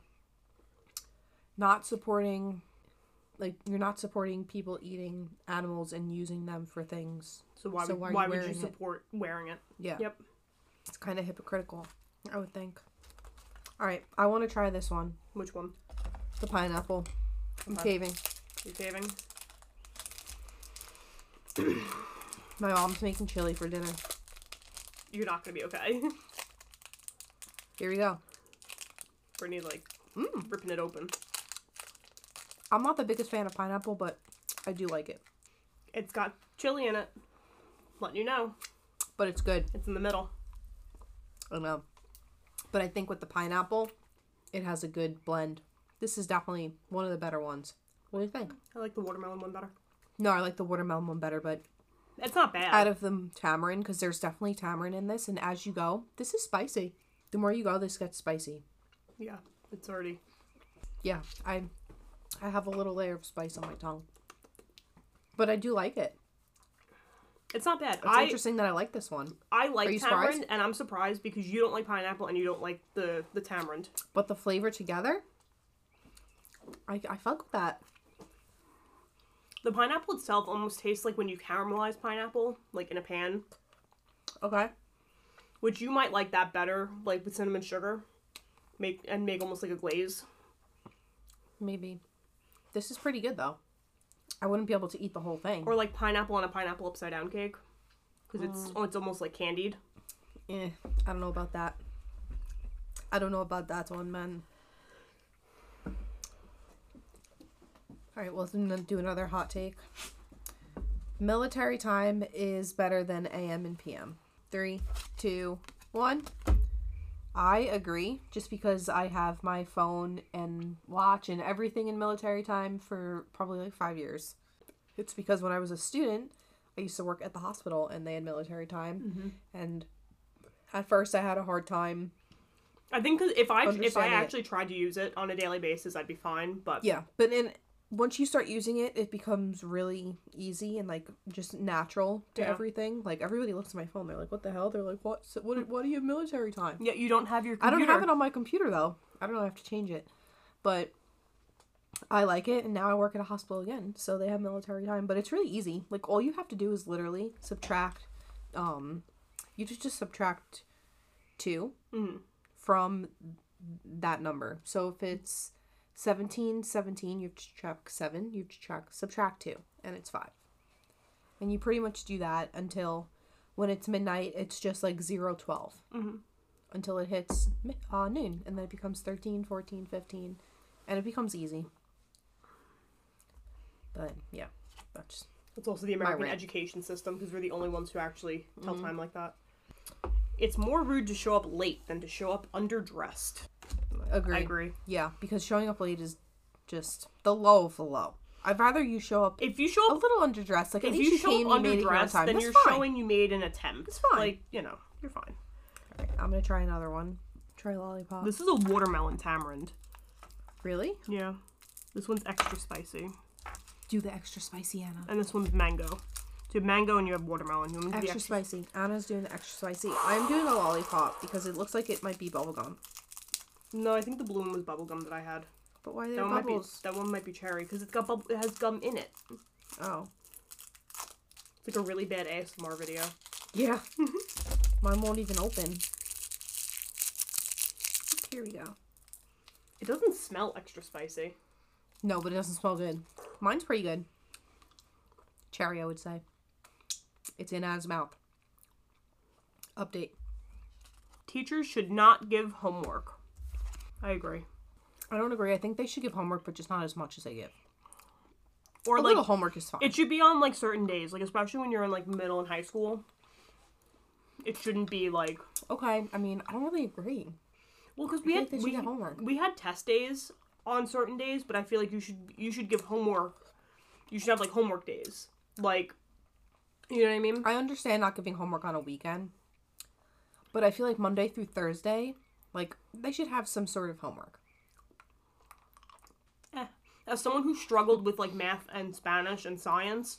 [SPEAKER 3] not supporting, like, you're not supporting people eating animals and using them for things.
[SPEAKER 2] So why
[SPEAKER 3] So
[SPEAKER 2] would why,
[SPEAKER 3] why are you
[SPEAKER 2] would you
[SPEAKER 3] wearing it?
[SPEAKER 2] support wearing it?
[SPEAKER 3] Yeah,
[SPEAKER 2] Yep.
[SPEAKER 3] it's kind of hypocritical, I would think. All right, I want to try this one,
[SPEAKER 2] Which one?
[SPEAKER 3] the pineapple. I'm
[SPEAKER 2] Okay.
[SPEAKER 3] caving.
[SPEAKER 2] You saving?
[SPEAKER 3] My mom's making chili for dinner.
[SPEAKER 2] You're not gonna be okay. <laughs>
[SPEAKER 3] Here we go.
[SPEAKER 2] Brittany's like
[SPEAKER 3] Hmm.
[SPEAKER 2] ripping it open.
[SPEAKER 3] I'm not the biggest fan of pineapple, but I do like it.
[SPEAKER 2] It's got chili in it. Letting you know,
[SPEAKER 3] But it's good.
[SPEAKER 2] it's in the middle.
[SPEAKER 3] I don't know. But I think with the pineapple, it has a good blend. This is definitely one of the better ones. What do you think?
[SPEAKER 2] I like the watermelon one better.
[SPEAKER 3] No, I like the watermelon one better, but
[SPEAKER 2] It's not
[SPEAKER 3] out
[SPEAKER 2] bad.
[SPEAKER 3] of the tamarind, because there's definitely tamarind in this, and as you go, this is spicy. The more you go, this gets spicy.
[SPEAKER 2] yeah, it's already.
[SPEAKER 3] Yeah, I I have a little layer of spice on my tongue. But I do like it.
[SPEAKER 2] It's not bad.
[SPEAKER 3] It's
[SPEAKER 2] I
[SPEAKER 3] interesting that I like this one.
[SPEAKER 2] I
[SPEAKER 3] Are
[SPEAKER 2] like
[SPEAKER 3] you
[SPEAKER 2] tamarind,
[SPEAKER 3] surprised?
[SPEAKER 2] and I'm surprised because you don't like pineapple and you don't like the the tamarind.
[SPEAKER 3] But the flavor together, I, I fuck with that.
[SPEAKER 2] The pineapple itself almost tastes like when you caramelize pineapple, like in a pan,
[SPEAKER 3] Okay.
[SPEAKER 2] which you might like that better, like with cinnamon sugar, make and make almost like a glaze.
[SPEAKER 3] Maybe. This is pretty good though. I wouldn't be able to eat the whole thing.
[SPEAKER 2] or like pineapple on a pineapple upside down cake because it's
[SPEAKER 3] Mm.
[SPEAKER 2] oh, it's almost like candied.
[SPEAKER 3] Eh, I don't know about that. I don't know about that one, man. All right, well, let's n- do another hot take. Military time is better than AM and PM. Three, two, one. I agree, just because I have my phone and watch and everything in military time for probably like five years. It's because when I was a student, I used to work at the hospital and they had military time. And at first, I had a hard time.
[SPEAKER 2] I think 'cause if I if I
[SPEAKER 3] Understand it.
[SPEAKER 2] actually tried to use it on a daily basis, I'd be fine. But
[SPEAKER 3] Yeah, but in once you start using it, it becomes really easy and like just natural to
[SPEAKER 2] Yeah.
[SPEAKER 3] everything. Like everybody looks at my phone, they're like, "What the hell?" They're like, "What? So, what? What do you have military time?"
[SPEAKER 2] yeah, you don't have your.
[SPEAKER 3] I
[SPEAKER 2] Computer.
[SPEAKER 3] don't have it on my computer though. I don't know. I have to change it, but I like it. And now I work at a hospital again, so they have military time. But it's really easy. Like all you have to do is literally subtract. Um, you just just subtract 2 from that number. So if it's 17, 17, you have to subtract seven. You subtract subtract two, and it's five. And you pretty much do that until when it's midnight. It's just like zero twelve until it hits mi- uh, noon and then it becomes 13 14 15 and it becomes easy but yeah that's
[SPEAKER 2] It's also the American
[SPEAKER 3] rant.
[SPEAKER 2] education system because we're the only ones who actually tell
[SPEAKER 3] Mm-hmm.
[SPEAKER 2] time like that. It's more rude to show up late than to show up underdressed.
[SPEAKER 3] agree.
[SPEAKER 2] I agree.
[SPEAKER 3] yeah because showing up late is just the low of the low i'd rather you show up
[SPEAKER 2] If you show
[SPEAKER 3] a
[SPEAKER 2] up,
[SPEAKER 3] little underdressed like at
[SPEAKER 2] if
[SPEAKER 3] least
[SPEAKER 2] you show
[SPEAKER 3] came
[SPEAKER 2] up
[SPEAKER 3] you made it here on
[SPEAKER 2] underdressed,
[SPEAKER 3] time.
[SPEAKER 2] then
[SPEAKER 3] That's
[SPEAKER 2] you're
[SPEAKER 3] fine.
[SPEAKER 2] showing you made an attempt. It's
[SPEAKER 3] fine.
[SPEAKER 2] Like you know, you're fine.
[SPEAKER 3] i'm gonna try another one try lollipop
[SPEAKER 2] This is a watermelon tamarind.
[SPEAKER 3] really
[SPEAKER 2] Yeah, this one's extra spicy.
[SPEAKER 3] do the extra spicy anna
[SPEAKER 2] And this one's mango. So mango and you have watermelon. You want me to do
[SPEAKER 3] extra,
[SPEAKER 2] the extra-
[SPEAKER 3] spicy anna's doing the extra spicy i'm doing a lollipop because it looks like it might be bubblegum
[SPEAKER 2] no, I think the blue one was bubblegum that I had.
[SPEAKER 3] but why are
[SPEAKER 2] That
[SPEAKER 3] there
[SPEAKER 2] one, might be,
[SPEAKER 3] bubbles
[SPEAKER 2] that one might be cherry because it's got bub- it has gum in it.
[SPEAKER 3] oh
[SPEAKER 2] It's like a really bad ASMR video.
[SPEAKER 3] Yeah. <laughs> Mine won't even open. Here we go.
[SPEAKER 2] It doesn't smell extra spicy.
[SPEAKER 3] No, but it doesn't smell good. Mine's pretty good. Cherry, I would say. It's in Anna's mouth. Update.
[SPEAKER 2] Teachers should not give homework. I agree.
[SPEAKER 3] I don't agree. I think they should give homework, but just not as much as they give.
[SPEAKER 2] Or
[SPEAKER 3] A
[SPEAKER 2] like
[SPEAKER 3] little homework is fine.
[SPEAKER 2] it should be on like certain days, like especially when you're in like middle and high school. It shouldn't be like
[SPEAKER 3] okay. I mean, I don't really agree.
[SPEAKER 2] well because we had
[SPEAKER 3] feel like they should
[SPEAKER 2] we,
[SPEAKER 3] get homework.
[SPEAKER 2] we had test days on certain days, but I feel like you should you should give homework. You should have like homework days, like you know what I mean.
[SPEAKER 3] I understand not giving homework on a weekend, but I feel like Monday through Thursday, like, they should have some sort of homework.
[SPEAKER 2] eh. as someone who struggled with like math and Spanish and science,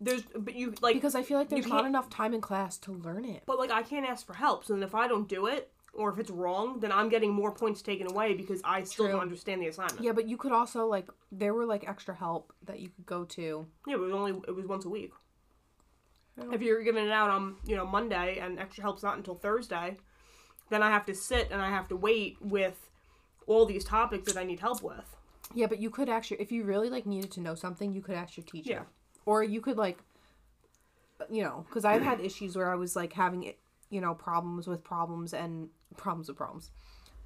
[SPEAKER 2] there's but you like
[SPEAKER 3] Because I feel like there's not
[SPEAKER 2] can't-
[SPEAKER 3] enough time in class to learn it.
[SPEAKER 2] but like I can't ask for help. So then if I don't do it or if it's wrong, then I'm getting more points taken away because I still
[SPEAKER 3] True.
[SPEAKER 2] don't understand the assignment.
[SPEAKER 3] Yeah, but you could also like there were like extra help that you could go to.
[SPEAKER 2] Yeah, but it was only it was once a week.
[SPEAKER 3] Yeah.
[SPEAKER 2] If you're giving it out on you know Monday and extra help's not until Thursday, then I have to sit and I have to wait with all these topics that I need help with.
[SPEAKER 3] Yeah, but you could actually if you really like needed to know something, you could ask your teacher.
[SPEAKER 2] Yeah.
[SPEAKER 3] Or you could like uh, you know, cuz I've had issues where I was like having it, you know, problems with problems and problems with problems.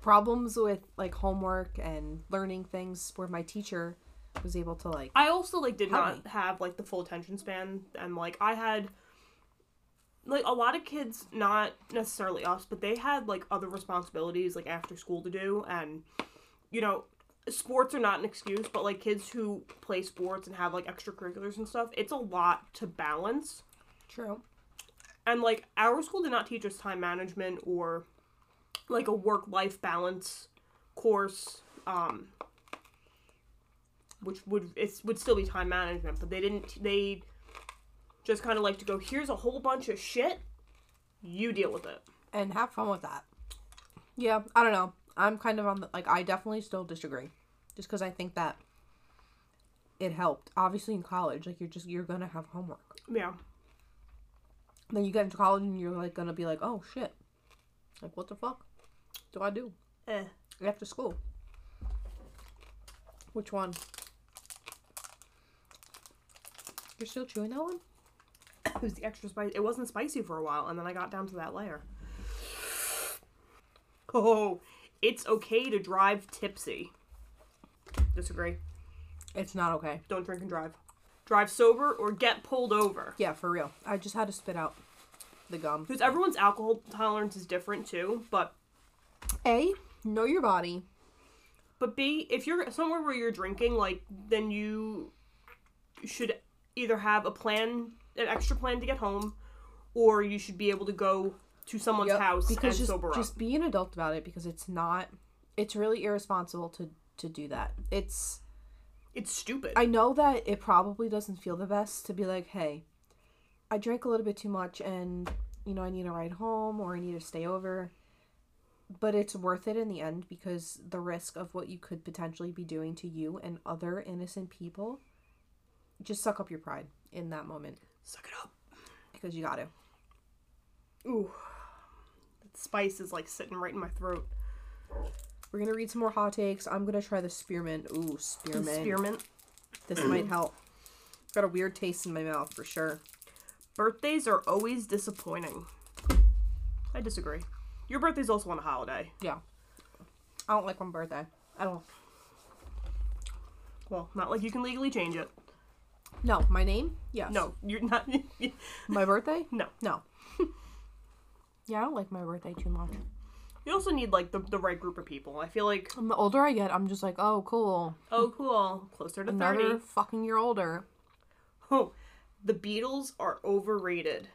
[SPEAKER 3] Problems with like homework and learning things where my teacher was able to like
[SPEAKER 2] I also like did
[SPEAKER 3] Help
[SPEAKER 2] not have like the full attention span and like I had like a lot of kids not necessarily us but they had like other responsibilities like after school to do and you know sports are not an excuse but like kids who play sports and have like extracurriculars and stuff it's a lot to balance
[SPEAKER 3] True.
[SPEAKER 2] and like our school did not teach us time management or like a work life balance course um which would it would still be time management but they didn't they just kind of like to go here's a whole bunch of shit you deal with it
[SPEAKER 3] And have fun with that. Yeah, I don't know. I'm kind of on the like I definitely still disagree. Just cuz I think that it helped. Obviously in college, like you're just you're gonna have homework.
[SPEAKER 2] Yeah.
[SPEAKER 3] Then you get into college and you're like gonna be like, oh shit, like what the fuck do I do
[SPEAKER 2] Eh.
[SPEAKER 3] after school? Which one? You're still chewing that one?
[SPEAKER 2] It was the extra spice. It wasn't spicy for a while, and then I got down to that layer. Oh, it's okay to drive tipsy. Disagree.
[SPEAKER 3] It's not okay.
[SPEAKER 2] Don't drink and drive. Drive sober or get pulled over.
[SPEAKER 3] Yeah, for real. I just had to spit out the gum.
[SPEAKER 2] Because everyone's alcohol tolerance is different too, but
[SPEAKER 3] A, know your body.
[SPEAKER 2] But B, if you're somewhere where you're drinking, like then you should either have a plan, an extra plan to get home, or you should be able to go to someone's
[SPEAKER 3] Yep,
[SPEAKER 2] house
[SPEAKER 3] because
[SPEAKER 2] and
[SPEAKER 3] just,
[SPEAKER 2] sober
[SPEAKER 3] just
[SPEAKER 2] up.
[SPEAKER 3] be an adult about it because it's not it's really irresponsible to to do that it's
[SPEAKER 2] It's stupid.
[SPEAKER 3] i know that it probably doesn't feel the best to be like hey i drank a little bit too much and you know i need a ride home or i need to stay over but it's worth it in the end because the risk of what you could potentially be doing to you and other innocent people just suck up your pride in that moment
[SPEAKER 2] Suck it up.
[SPEAKER 3] because you got to
[SPEAKER 2] Ooh, that spice is like sitting right in my throat.
[SPEAKER 3] we're gonna read some more hot takes i'm gonna try the spearmint ooh spearmint
[SPEAKER 2] Spearmint.
[SPEAKER 3] This might help. Got a weird taste in my mouth for sure.
[SPEAKER 2] Birthdays are always disappointing. I disagree. Your birthday's also on a holiday.
[SPEAKER 3] Yeah. I don't like one birthday. I don't.
[SPEAKER 2] Well, not like you can legally change it.
[SPEAKER 3] No, my name? Yes.
[SPEAKER 2] No, you're not. <laughs>
[SPEAKER 3] My <laughs> birthday?
[SPEAKER 2] no.
[SPEAKER 3] No. yeah, I don't like my birthday too much.
[SPEAKER 2] You also need like the, the right group of people. I feel like
[SPEAKER 3] And The older I get, I'm just like, oh, cool.
[SPEAKER 2] Oh, cool. Closer to
[SPEAKER 3] Another
[SPEAKER 2] 30.
[SPEAKER 3] fucking year older.
[SPEAKER 2] <laughs> Oh, the Beatles are overrated.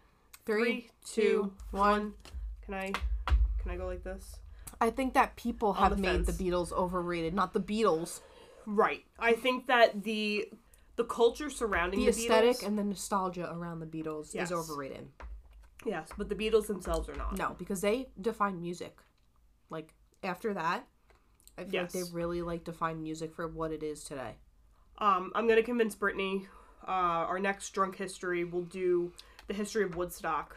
[SPEAKER 3] Three,
[SPEAKER 2] Three, two,
[SPEAKER 3] one.
[SPEAKER 2] Can I can I go like this?
[SPEAKER 3] I think that people
[SPEAKER 2] On
[SPEAKER 3] have
[SPEAKER 2] the
[SPEAKER 3] made the
[SPEAKER 2] fence.
[SPEAKER 3] Beatles overrated, not the Beatles.
[SPEAKER 2] Right. I think that the the culture surrounding
[SPEAKER 3] The,
[SPEAKER 2] the,
[SPEAKER 3] aesthetic
[SPEAKER 2] Beatles,
[SPEAKER 3] and the nostalgia around the Beatles
[SPEAKER 2] Yes.
[SPEAKER 3] is overrated.
[SPEAKER 2] yes, but the Beatles themselves are not.
[SPEAKER 3] No, because they define music. Like after that, I feel
[SPEAKER 2] Yes.
[SPEAKER 3] like they really like define music for what it is today.
[SPEAKER 2] Um, I'm gonna convince Brittany. Uh, our next drunk history will do the history of Woodstock.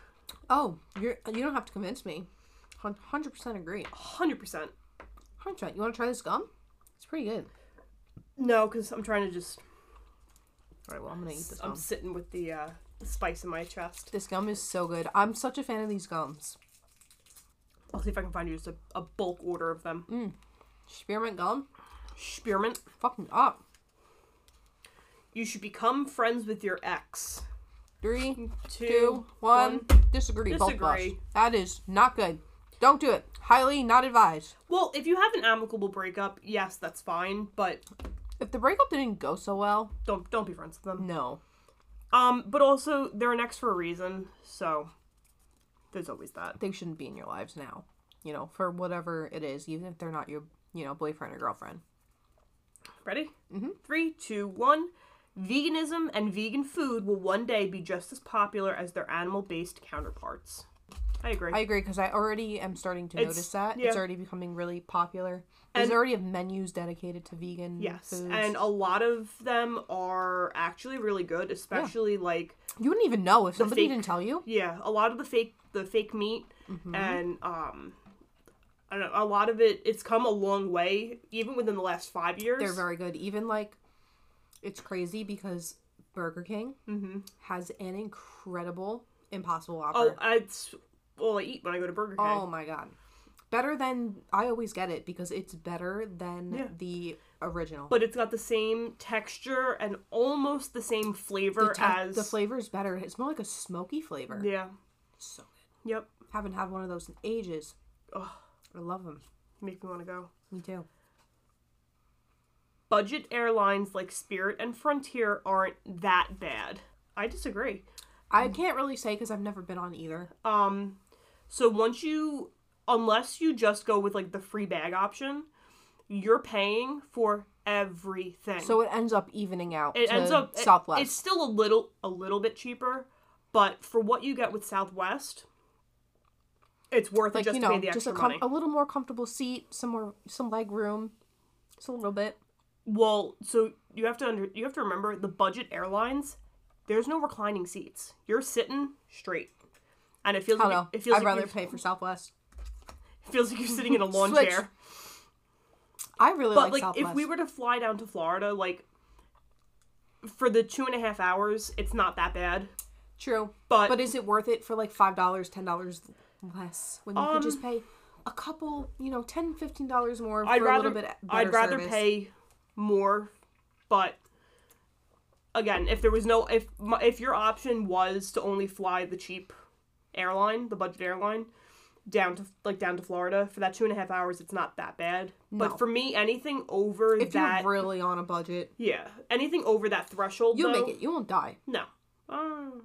[SPEAKER 3] Oh, you're you don't have to convince me. Hun- Hundred percent agree.
[SPEAKER 2] Hundred percent.
[SPEAKER 3] Hundred percent. You want to try this gum? It's pretty good.
[SPEAKER 2] No, because I'm trying to just.
[SPEAKER 3] All right. Well, I'm gonna eat this
[SPEAKER 2] I'm
[SPEAKER 3] gum.
[SPEAKER 2] sitting with the uh, the spice in my chest.
[SPEAKER 3] This gum is so good. I'm such a fan of these gums.
[SPEAKER 2] I'll see if I can find you just a, a bulk order of them.
[SPEAKER 3] Spearmint gum,
[SPEAKER 2] Spearmint.
[SPEAKER 3] fucking up.
[SPEAKER 2] You should become friends with your ex.
[SPEAKER 3] Three, two, one.
[SPEAKER 2] Two, one.
[SPEAKER 3] Disagree. Both of us.
[SPEAKER 2] Disagree.
[SPEAKER 3] That is not good. Don't do it. Highly not advised.
[SPEAKER 2] Well, if you have an amicable breakup, yes, that's fine, but
[SPEAKER 3] If the breakup didn't go so well,
[SPEAKER 2] don't don't be friends with them.
[SPEAKER 3] no.
[SPEAKER 2] Um, but also they're an ex for a reason, so there's always that.
[SPEAKER 3] they shouldn't be in your lives now, you know, for whatever it is, even if they're not your, you know, boyfriend or girlfriend.
[SPEAKER 2] Ready? Mm-hmm. Three, two, one. Veganism and vegan food will one day be just as popular as their animal-based counterparts. I agree.
[SPEAKER 3] I agree because I already am starting to
[SPEAKER 2] It's-
[SPEAKER 3] notice that.
[SPEAKER 2] yeah.
[SPEAKER 3] It's already becoming really popular. There's
[SPEAKER 2] And-
[SPEAKER 3] already menus dedicated to vegan
[SPEAKER 2] yes,
[SPEAKER 3] foods.
[SPEAKER 2] and a lot of them are actually really good, especially like
[SPEAKER 3] you wouldn't even know if somebody
[SPEAKER 2] fake-
[SPEAKER 3] didn't tell you.
[SPEAKER 2] Yeah, a lot of the fake the fake meat
[SPEAKER 3] Mm-hmm.
[SPEAKER 2] and um I don't know, a lot of it it's come a long way even within the last 5 years.
[SPEAKER 3] They're very good. Even like, it's crazy because Burger King has an incredible Impossible
[SPEAKER 2] Mm-hmm. oh,
[SPEAKER 3] Whopper.
[SPEAKER 2] it's well I eat when I go to Burger King.
[SPEAKER 3] Oh my god. Better than I always get it because it's better than
[SPEAKER 2] Yeah.
[SPEAKER 3] the original.
[SPEAKER 2] But it's got the same texture and almost the same flavor
[SPEAKER 3] the, te-
[SPEAKER 2] as
[SPEAKER 3] the flavor is better. It's more like a smoky flavor.
[SPEAKER 2] Yeah.
[SPEAKER 3] So good.
[SPEAKER 2] Yep.
[SPEAKER 3] Haven't had one of those in ages.
[SPEAKER 2] Ugh,
[SPEAKER 3] I love them.
[SPEAKER 2] make me want to go.
[SPEAKER 3] Me too.
[SPEAKER 2] Budget airlines like Spirit and Frontier aren't that bad. I disagree.
[SPEAKER 3] I can't really say because I've never been on either.
[SPEAKER 2] Um, so once you, unless you just go with like the free bag option, you're paying for everything.
[SPEAKER 3] So it ends up evening out.
[SPEAKER 2] it ends up it-
[SPEAKER 3] Southwest.
[SPEAKER 2] it's still a little a little bit cheaper, but for what you get with Southwest, it's worth
[SPEAKER 3] like
[SPEAKER 2] it just
[SPEAKER 3] you
[SPEAKER 2] to
[SPEAKER 3] know,
[SPEAKER 2] pay the
[SPEAKER 3] just
[SPEAKER 2] extra
[SPEAKER 3] a, com-
[SPEAKER 2] money.
[SPEAKER 3] a little more comfortable seat, some more some leg room, just a little bit.
[SPEAKER 2] Well, so you have to under you have to remember the budget airlines. There's no reclining seats. You're sitting straight, and it feels
[SPEAKER 3] I don't
[SPEAKER 2] like
[SPEAKER 3] know.
[SPEAKER 2] it feels
[SPEAKER 3] I'd
[SPEAKER 2] like
[SPEAKER 3] rather
[SPEAKER 2] you're,
[SPEAKER 3] pay for Southwest.
[SPEAKER 2] it <laughs> feels like you're sitting in
[SPEAKER 3] <laughs>
[SPEAKER 2] a lawn
[SPEAKER 3] Switch.
[SPEAKER 2] chair.
[SPEAKER 3] I really
[SPEAKER 2] But
[SPEAKER 3] like,
[SPEAKER 2] like,
[SPEAKER 3] Southwest.
[SPEAKER 2] if we were to fly down to Florida, like for the two and a half hours, it's not that bad.
[SPEAKER 3] True.
[SPEAKER 2] But-
[SPEAKER 3] but is it worth it for like $5, $10 less when you could just pay a couple, you know, 10 $15 more
[SPEAKER 2] Um, I'd
[SPEAKER 3] for
[SPEAKER 2] rather
[SPEAKER 3] a little bit better
[SPEAKER 2] I'd rather
[SPEAKER 3] service?
[SPEAKER 2] pay more, but again, if there was no if my, if your option was to only fly the cheap airline, the budget airline, down to like down to Florida for that two and a half hours, it's not that bad.
[SPEAKER 3] No.
[SPEAKER 2] But for me, anything over
[SPEAKER 3] If
[SPEAKER 2] that,
[SPEAKER 3] you're really on a budget,
[SPEAKER 2] yeah, anything over that threshold,
[SPEAKER 3] you'll
[SPEAKER 2] though,
[SPEAKER 3] make it. You won't die.
[SPEAKER 2] No. Um,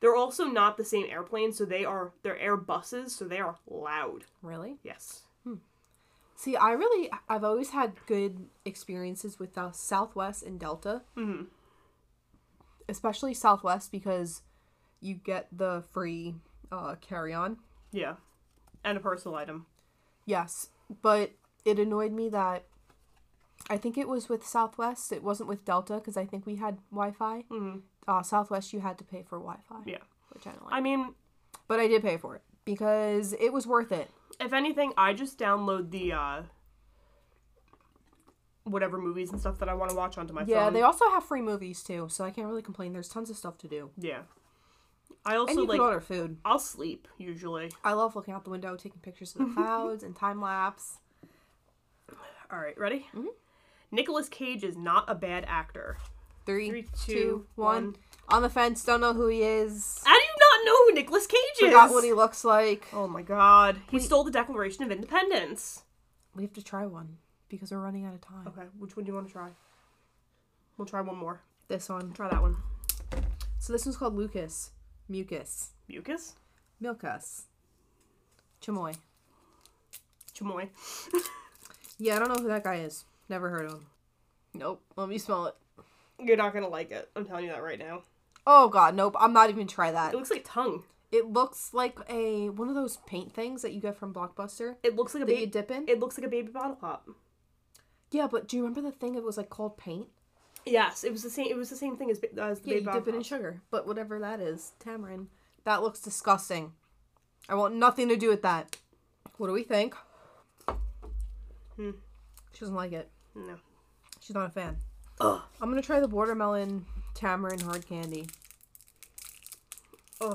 [SPEAKER 2] they're also not the same airplane, so they are they're air buses, so they are loud.
[SPEAKER 3] Really?
[SPEAKER 2] Yes.
[SPEAKER 3] See, I really, I've always had good experiences with uh, Southwest and Delta. Mm-hmm. Especially Southwest because you get the free uh, carry on.
[SPEAKER 2] Yeah. And a personal item.
[SPEAKER 3] Yes, but it annoyed me that I think it was with Southwest. It wasn't with Delta because I think we had Wi Fi. Mm-hmm. Uh, Southwest, you had to pay for Wi Fi,
[SPEAKER 2] Yeah.
[SPEAKER 3] which I don't like.
[SPEAKER 2] I mean,
[SPEAKER 3] But I did pay for it because it was worth it.
[SPEAKER 2] if anything, I just download the uh whatever movies and stuff that I want to watch onto my
[SPEAKER 3] Yeah,
[SPEAKER 2] phone.
[SPEAKER 3] they also have free movies too, so I can't really complain. There's tons of stuff to do.
[SPEAKER 2] Yeah. I also
[SPEAKER 3] And you
[SPEAKER 2] like
[SPEAKER 3] can order food.
[SPEAKER 2] I'll sleep usually.
[SPEAKER 3] I love looking out the window, taking pictures
[SPEAKER 2] <laughs>
[SPEAKER 3] of the clouds and time lapse.
[SPEAKER 2] All right, ready? Mm-hmm. Nicolas Cage is not a bad actor.
[SPEAKER 3] Three, two,
[SPEAKER 2] Three,
[SPEAKER 3] one.
[SPEAKER 2] two, one.
[SPEAKER 3] On the fence, don't know who he is.
[SPEAKER 2] How do you not know who Nicolas Cage is?
[SPEAKER 3] Forgot what he looks like.
[SPEAKER 2] Oh my god. He stole the Declaration of Independence.
[SPEAKER 3] We have to try one because we're running out of time.
[SPEAKER 2] Okay, which one do you want to try? We'll try one more.
[SPEAKER 3] This one.
[SPEAKER 2] Try that one.
[SPEAKER 3] So this one's called Lucas, Mucus,
[SPEAKER 2] Mucus?
[SPEAKER 3] Milkus, Chamoy.
[SPEAKER 2] Chamoy.
[SPEAKER 3] Yeah, I don't know who that guy is. Never heard of him. Nope. Let me smell it.
[SPEAKER 2] You're not gonna like it. I'm telling you that right now.
[SPEAKER 3] Oh god, nope. I'm not even try that.
[SPEAKER 2] It looks like tongue.
[SPEAKER 3] It looks like a one of those paint things that you get from Blockbuster
[SPEAKER 2] It looks like a
[SPEAKER 3] that you
[SPEAKER 2] baby.
[SPEAKER 3] dip in.
[SPEAKER 2] <laughs> It looks like a baby bottle pop.
[SPEAKER 3] Yeah, but do you remember the thing? It was like called paint.
[SPEAKER 2] Yes, it was the same. It was the same thing as, ba- as the
[SPEAKER 3] Yeah,
[SPEAKER 2] baby
[SPEAKER 3] you
[SPEAKER 2] bottle
[SPEAKER 3] dip it in
[SPEAKER 2] pop.
[SPEAKER 3] sugar. But whatever that is, tamarind. That looks disgusting. I want nothing to do with that. What do we think? Hmm. She doesn't like it.
[SPEAKER 2] no.
[SPEAKER 3] She's not a fan. I'm gonna try the watermelon tamarind hard candy.
[SPEAKER 2] Oh.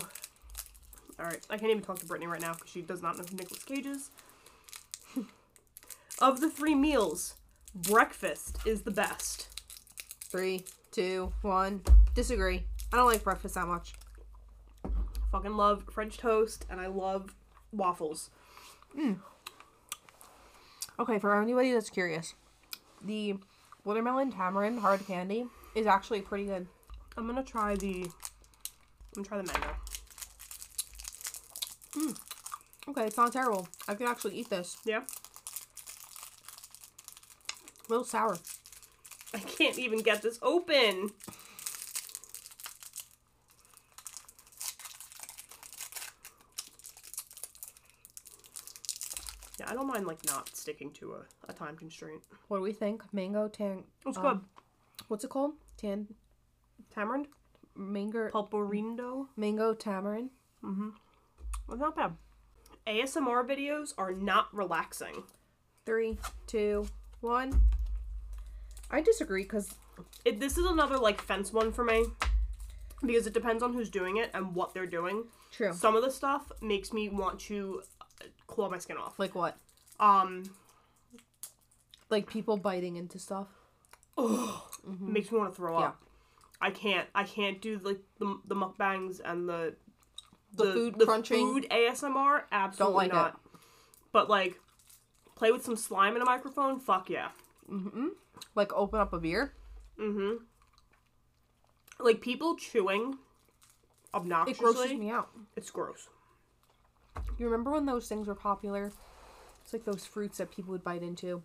[SPEAKER 2] All right. I can't even talk to Brittany right now because she does not know who Nicolas Cage is. <laughs> of the three meals, breakfast is the best.
[SPEAKER 3] Three, two, one. Disagree. I don't like breakfast that much.
[SPEAKER 2] Fucking love French toast and I love waffles.
[SPEAKER 3] Okay, for anybody that's curious, the watermelon tamarind hard candy is actually pretty good.
[SPEAKER 2] I'm gonna try the. I'm gonna try the mango.
[SPEAKER 3] Okay, it's not terrible. I could actually eat this.
[SPEAKER 2] Yeah.
[SPEAKER 3] A little sour.
[SPEAKER 2] I can't even get this open. Yeah, I don't mind like not sticking to a, a time constraint.
[SPEAKER 3] What do we think? Mango tan.
[SPEAKER 2] It's
[SPEAKER 3] um, What's it called? Tan
[SPEAKER 2] good. Tamarind,
[SPEAKER 3] mango
[SPEAKER 2] pulporindo.
[SPEAKER 3] mango tamarind.
[SPEAKER 2] Well, not bad. ASMR videos are not relaxing.
[SPEAKER 3] Three, two, one. I disagree because
[SPEAKER 2] It, this is another like fence one for me because it depends on who's doing it and what they're doing.
[SPEAKER 3] true.
[SPEAKER 2] Some of the stuff makes me want to uh, claw my skin off.
[SPEAKER 3] Like what?
[SPEAKER 2] Um,
[SPEAKER 3] Like people biting into stuff.
[SPEAKER 2] makes me want to throw
[SPEAKER 3] Mm-hmm. Yeah.
[SPEAKER 2] up. I can't. I can't do like the the mukbangs and the
[SPEAKER 3] The food crunching?
[SPEAKER 2] food ASMR. Absolutely
[SPEAKER 3] like it.
[SPEAKER 2] not. But like, play with some slime in a microphone. Fuck yeah.
[SPEAKER 3] Like open up a beer.
[SPEAKER 2] Like people chewing
[SPEAKER 3] It
[SPEAKER 2] obnoxiously.
[SPEAKER 3] grosses me out.
[SPEAKER 2] It's gross.
[SPEAKER 3] You remember when those things were popular? It's like those fruits that people would bite into.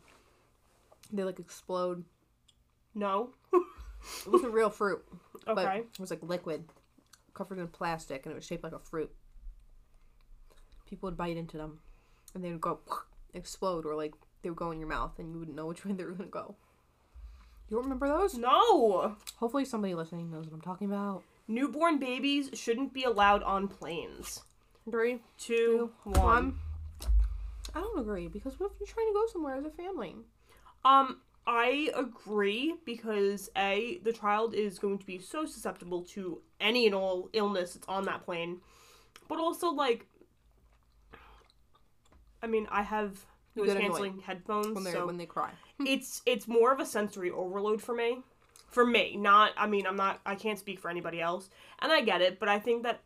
[SPEAKER 3] They like explode.
[SPEAKER 2] No.
[SPEAKER 3] It wasn't real fruit, but
[SPEAKER 2] Okay.
[SPEAKER 3] it was like liquid, covered in plastic, and it was shaped like a fruit. People would bite into them, <sniffs> and they would go explode, or like they would go in your mouth, and you wouldn't know which way they were gonna go. You don't remember those?
[SPEAKER 2] No!
[SPEAKER 3] Hopefully, somebody listening knows what I'm talking about.
[SPEAKER 2] Newborn babies shouldn't be allowed on planes.
[SPEAKER 3] Three,
[SPEAKER 2] Two,
[SPEAKER 3] Two,
[SPEAKER 2] one.
[SPEAKER 3] one. I don't agree because what if you're trying to go somewhere as a family?
[SPEAKER 2] Um, I agree because A, the child is going to be so susceptible to any and all illness that's on that plane. But also, like, I mean, I have
[SPEAKER 3] You
[SPEAKER 2] noise
[SPEAKER 3] get annoyed
[SPEAKER 2] canceling headphones,
[SPEAKER 3] When they
[SPEAKER 2] so
[SPEAKER 3] when they cry.
[SPEAKER 2] it's it's more of a sensory overload for me. For me, not I mean, I'm not I can't speak for anybody else, and I get it, but I think that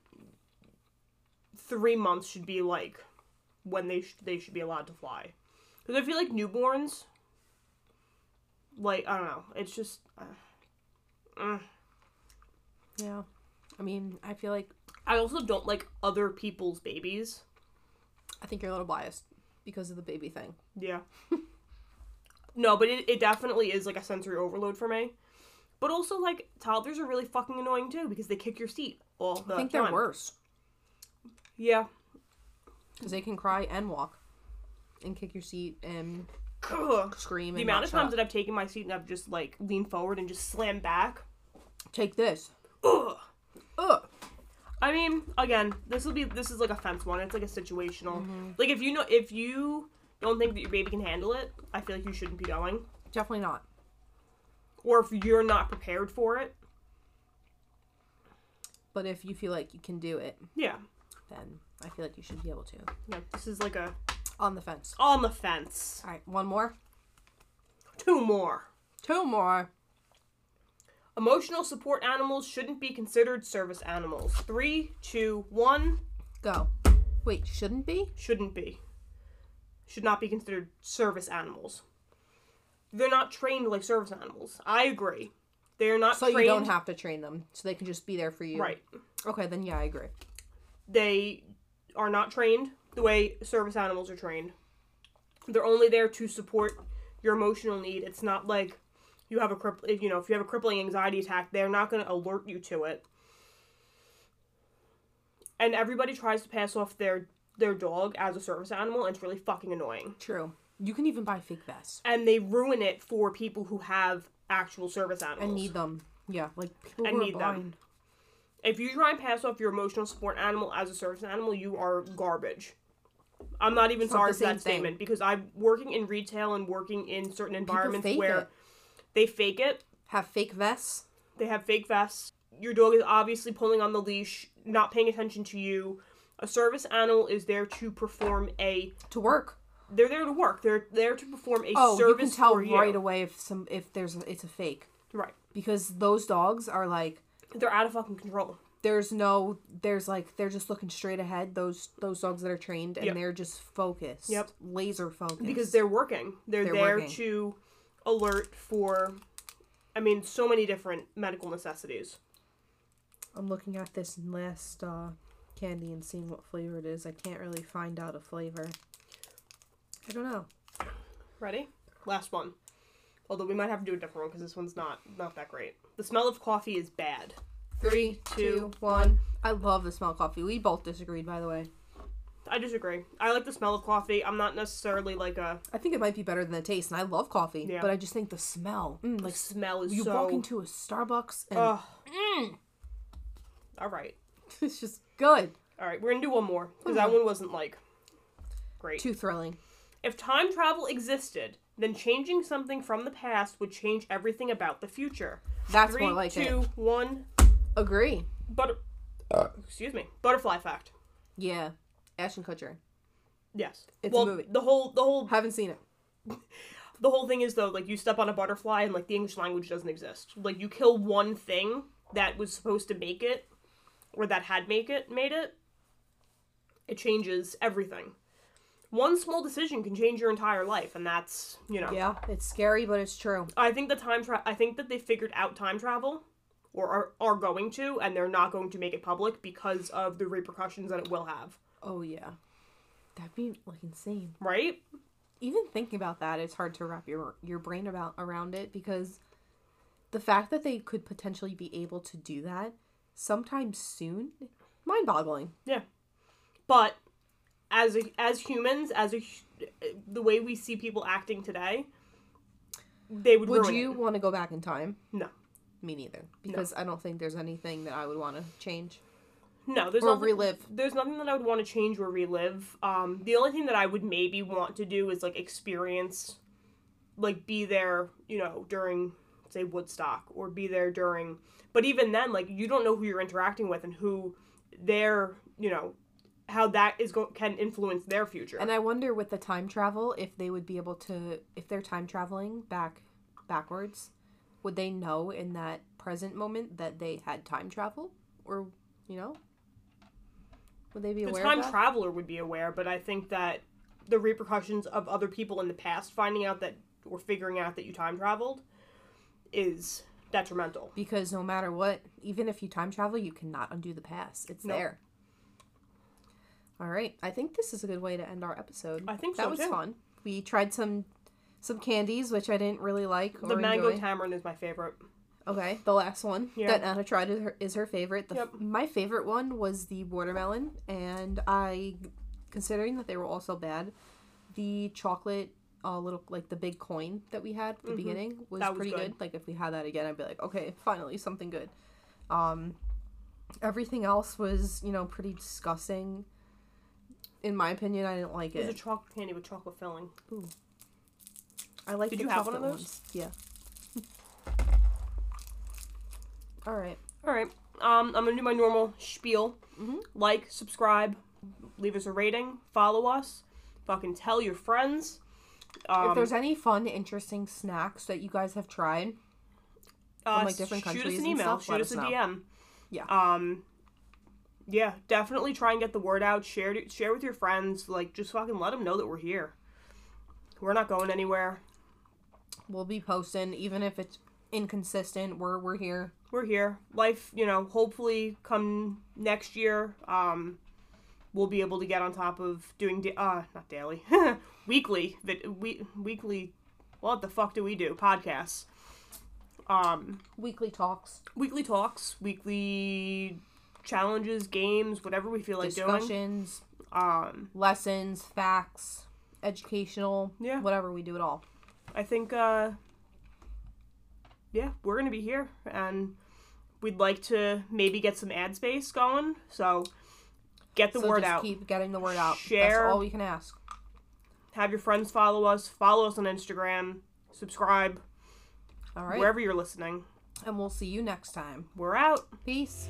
[SPEAKER 2] three months should be like when they sh- they should be allowed to fly, because I feel like newborns, like I don't know, it's just uh,
[SPEAKER 3] Yeah. I mean, I feel like
[SPEAKER 2] I also don't like other people's babies.
[SPEAKER 3] I think you're a little biased because of the baby thing.
[SPEAKER 2] Yeah. <laughs> no, but it, it definitely is like a sensory overload for me. But also, like, toddlers are really fucking annoying too because they kick your seat all the
[SPEAKER 3] I think
[SPEAKER 2] time.
[SPEAKER 3] they're worse
[SPEAKER 2] Yeah.
[SPEAKER 3] because they can cry and walk, and kick your seat and
[SPEAKER 2] Ugh.
[SPEAKER 3] scream.
[SPEAKER 2] The
[SPEAKER 3] and
[SPEAKER 2] amount
[SPEAKER 3] not
[SPEAKER 2] of
[SPEAKER 3] shut
[SPEAKER 2] times
[SPEAKER 3] up.
[SPEAKER 2] that I've taken my seat and I've just like leaned forward and just slammed back.
[SPEAKER 3] take this.
[SPEAKER 2] Ugh.
[SPEAKER 3] Ugh.
[SPEAKER 2] I mean, again, this will be this is like a fence one. It's like a situational. Like if you know if you don't think that your baby can handle it, I feel like you shouldn't be going.
[SPEAKER 3] Definitely not.
[SPEAKER 2] Or if you're not prepared for it,
[SPEAKER 3] But if you feel like you can do it,
[SPEAKER 2] yeah.
[SPEAKER 3] then I feel like you should be able to.
[SPEAKER 2] Yeah, this is like a
[SPEAKER 3] On the fence.
[SPEAKER 2] on the fence.
[SPEAKER 3] All right, one more.
[SPEAKER 2] Two more.
[SPEAKER 3] Two more.
[SPEAKER 2] Emotional support animals shouldn't be considered service animals. Three, two, one.
[SPEAKER 3] Go. Wait, shouldn't be?
[SPEAKER 2] Shouldn't be. Should not be considered service animals. They're not trained like service animals. I agree. They're not
[SPEAKER 3] So
[SPEAKER 2] trained.
[SPEAKER 3] you don't have to train them, so they can just be there for you.
[SPEAKER 2] right.
[SPEAKER 3] Okay, then yeah, I agree.
[SPEAKER 2] They are not trained the way service animals are trained. They're only there to support your emotional need. It's not like you have a cripp- if, you know if you have a crippling anxiety attack, they're not going to alert you to it. And everybody tries to pass off their their dog as a service animal, and it's really fucking annoying.
[SPEAKER 3] True. You can even buy fake vests.
[SPEAKER 2] And they ruin it for people who have actual service animals.
[SPEAKER 3] And need them. Yeah, like people
[SPEAKER 2] I
[SPEAKER 3] who are
[SPEAKER 2] need them.
[SPEAKER 3] blind.
[SPEAKER 2] if you try and pass off your emotional support animal as a service animal, you are garbage. I'm not even
[SPEAKER 3] It's not
[SPEAKER 2] sorry
[SPEAKER 3] the
[SPEAKER 2] for that
[SPEAKER 3] same thing.
[SPEAKER 2] statement because I'm working in retail and working in certain environments
[SPEAKER 3] fake
[SPEAKER 2] where
[SPEAKER 3] it.
[SPEAKER 2] they fake it.
[SPEAKER 3] Have fake vests.
[SPEAKER 2] They have fake vests. Your dog is obviously pulling on the leash, not paying attention to you. A service animal is there to perform a.
[SPEAKER 3] to work.
[SPEAKER 2] They're there to work. They're there to perform a
[SPEAKER 3] Oh, you can
[SPEAKER 2] service
[SPEAKER 3] tell
[SPEAKER 2] for you.
[SPEAKER 3] right away if some if there's a, it's a fake
[SPEAKER 2] Right.
[SPEAKER 3] because those dogs are like
[SPEAKER 2] They're out of fucking control.
[SPEAKER 3] there's no there's like they're just looking straight ahead. Those those dogs that are trained and
[SPEAKER 2] Yep.
[SPEAKER 3] they're just focused.
[SPEAKER 2] Yep.
[SPEAKER 3] laser focused.
[SPEAKER 2] because they're working. They're,
[SPEAKER 3] They're
[SPEAKER 2] there
[SPEAKER 3] working.
[SPEAKER 2] to alert for, I mean, so many different medical necessities.
[SPEAKER 3] I'm looking at this last uh, candy and seeing what flavor it is. I can't really find out a flavor. I don't know.
[SPEAKER 2] Ready? Last one. Although we might have to do a different one because this one's not not that great. The smell of coffee is bad.
[SPEAKER 3] Three,
[SPEAKER 2] two,
[SPEAKER 3] one. I love the smell of coffee. We both disagreed, by the way.
[SPEAKER 2] I disagree. I like the smell of coffee. I'm not necessarily like a
[SPEAKER 3] I think it might be better than the taste, and I love coffee,
[SPEAKER 2] Yeah.
[SPEAKER 3] but I just think the smell. Mm,
[SPEAKER 2] like
[SPEAKER 3] like
[SPEAKER 2] smell is
[SPEAKER 3] you
[SPEAKER 2] so.
[SPEAKER 3] walk into a Starbucks and
[SPEAKER 2] Ugh. All right,
[SPEAKER 3] <laughs> it's just good.
[SPEAKER 2] all right. We're gonna do one more because that one wasn't like great.
[SPEAKER 3] Too thrilling.
[SPEAKER 2] If time travel existed, then changing something from the past would change everything about the future.
[SPEAKER 3] That's
[SPEAKER 2] Three, two,
[SPEAKER 3] more
[SPEAKER 2] one.
[SPEAKER 3] like it. Agree.
[SPEAKER 2] Butter. excuse me. Butterfly fact.
[SPEAKER 3] Yeah. Ashton Kutcher.
[SPEAKER 2] Yes.
[SPEAKER 3] It's a
[SPEAKER 2] well,
[SPEAKER 3] movie.
[SPEAKER 2] the whole the whole
[SPEAKER 3] Haven't seen it.
[SPEAKER 2] the whole thing is though like you step on a butterfly and like the English language doesn't exist. Like you kill one thing that was supposed to make it or that had make it made it. It changes everything. One small decision can change your entire life and that's, you know.
[SPEAKER 3] Yeah, it's scary, but it's true.
[SPEAKER 2] I think the time tra- I think that they figured out time travel or are, are going to and they're not going to make it public because of the repercussions that it will have,
[SPEAKER 3] Oh yeah. That'd be like insane.
[SPEAKER 2] right?
[SPEAKER 3] Even thinking about that, it's hard to wrap your your brain about around it because the fact that they could potentially be able to do that sometime soon, mind boggling.
[SPEAKER 2] Yeah, but as a, as humans, as a hu- the way we see people acting today, they would,
[SPEAKER 3] Would
[SPEAKER 2] ruin
[SPEAKER 3] you
[SPEAKER 2] it.
[SPEAKER 3] want to go back in time?
[SPEAKER 2] No.
[SPEAKER 3] Me neither, because I don't think there's anything that I would want to change.
[SPEAKER 2] No, there's
[SPEAKER 3] Or
[SPEAKER 2] nothing,
[SPEAKER 3] relive.
[SPEAKER 2] There's nothing that I would want to change or relive. Um, the only thing that I would maybe want to do is like experience, like be there, you know, during say Woodstock or be there during. But even then, like you don't know who you're interacting with and who their, you know, how that is going can influence their future.
[SPEAKER 3] And I wonder with the time travel if they would be able to if they're time traveling back backwards, would they know in that present moment that they had time travel or you know? Would they be
[SPEAKER 2] the
[SPEAKER 3] aware
[SPEAKER 2] time
[SPEAKER 3] of that?
[SPEAKER 2] traveler would be aware, but I think that the repercussions of other people in the past finding out that or figuring out that you time traveled is detrimental.
[SPEAKER 3] because no matter what, even if you time travel, you cannot undo the past. It's
[SPEAKER 2] No.
[SPEAKER 3] there. All right. I think this is a good way to end our episode.
[SPEAKER 2] I think
[SPEAKER 3] that
[SPEAKER 2] so,
[SPEAKER 3] was
[SPEAKER 2] too.
[SPEAKER 3] fun. We tried some some candies which I didn't really like or
[SPEAKER 2] The mango
[SPEAKER 3] enjoy.
[SPEAKER 2] tamarind is my favorite.
[SPEAKER 3] Okay, the last one
[SPEAKER 2] Yeah.
[SPEAKER 3] that Anna tried is her, is her favorite. The, f-
[SPEAKER 2] Yep.
[SPEAKER 3] My favorite one was the watermelon, and I, considering that they were all so bad, the chocolate, uh, little like the big coin that we had at the beginning
[SPEAKER 2] Mm-hmm.
[SPEAKER 3] was,
[SPEAKER 2] That was
[SPEAKER 3] pretty good.
[SPEAKER 2] good.
[SPEAKER 3] Like if we had that again, I'd be like, okay, finally something good. Um, everything else was you know pretty disgusting. In my opinion, I didn't like
[SPEAKER 2] It's a
[SPEAKER 3] it.
[SPEAKER 2] chocolate candy with chocolate filling.
[SPEAKER 3] I like.
[SPEAKER 2] Did
[SPEAKER 3] the
[SPEAKER 2] you have one of
[SPEAKER 3] chocolate
[SPEAKER 2] those?
[SPEAKER 3] ones. <laughs> Yeah. all right.
[SPEAKER 2] All right. Um, I'm gonna do my normal spiel.
[SPEAKER 3] Mm-hmm.
[SPEAKER 2] Like, subscribe, leave us a rating, follow us, fucking tell your friends. Um,
[SPEAKER 3] if there's any fun, interesting snacks that you guys have tried,
[SPEAKER 2] uh,
[SPEAKER 3] like, different
[SPEAKER 2] shoot
[SPEAKER 3] countries
[SPEAKER 2] us an
[SPEAKER 3] and
[SPEAKER 2] email,
[SPEAKER 3] stuff, let
[SPEAKER 2] shoot us,
[SPEAKER 3] us
[SPEAKER 2] a
[SPEAKER 3] know.
[SPEAKER 2] DM.
[SPEAKER 3] Yeah.
[SPEAKER 2] Um. Yeah, definitely try and get the word out. Share it- share with your friends. Like, just fucking let them know that we're here. We're not going anywhere.
[SPEAKER 3] we'll be posting. Even if it's inconsistent, we're we're here.
[SPEAKER 2] we're here. Life, you know, hopefully come next year, um, we'll be able to get on top of doing da- uh not daily, <laughs> weekly that we weekly. What the fuck do we do? Podcasts, um,
[SPEAKER 3] Weekly talks,
[SPEAKER 2] weekly talks, weekly challenges, games, whatever we feel like doing.
[SPEAKER 3] discussions,
[SPEAKER 2] Um,
[SPEAKER 3] lessons, facts, educational,
[SPEAKER 2] Yeah.
[SPEAKER 3] whatever. We do it all.
[SPEAKER 2] I think, uh, yeah, we're gonna be here, and we'd like to maybe get some ad space going. So get the
[SPEAKER 3] So
[SPEAKER 2] word
[SPEAKER 3] just
[SPEAKER 2] out.
[SPEAKER 3] Keep getting the word out.
[SPEAKER 2] Share.
[SPEAKER 3] That's all we can ask.
[SPEAKER 2] have your friends follow us, follow us on Instagram, subscribe,
[SPEAKER 3] All right,
[SPEAKER 2] wherever you're listening.
[SPEAKER 3] and we'll see you next time.
[SPEAKER 2] We're out.
[SPEAKER 3] Peace.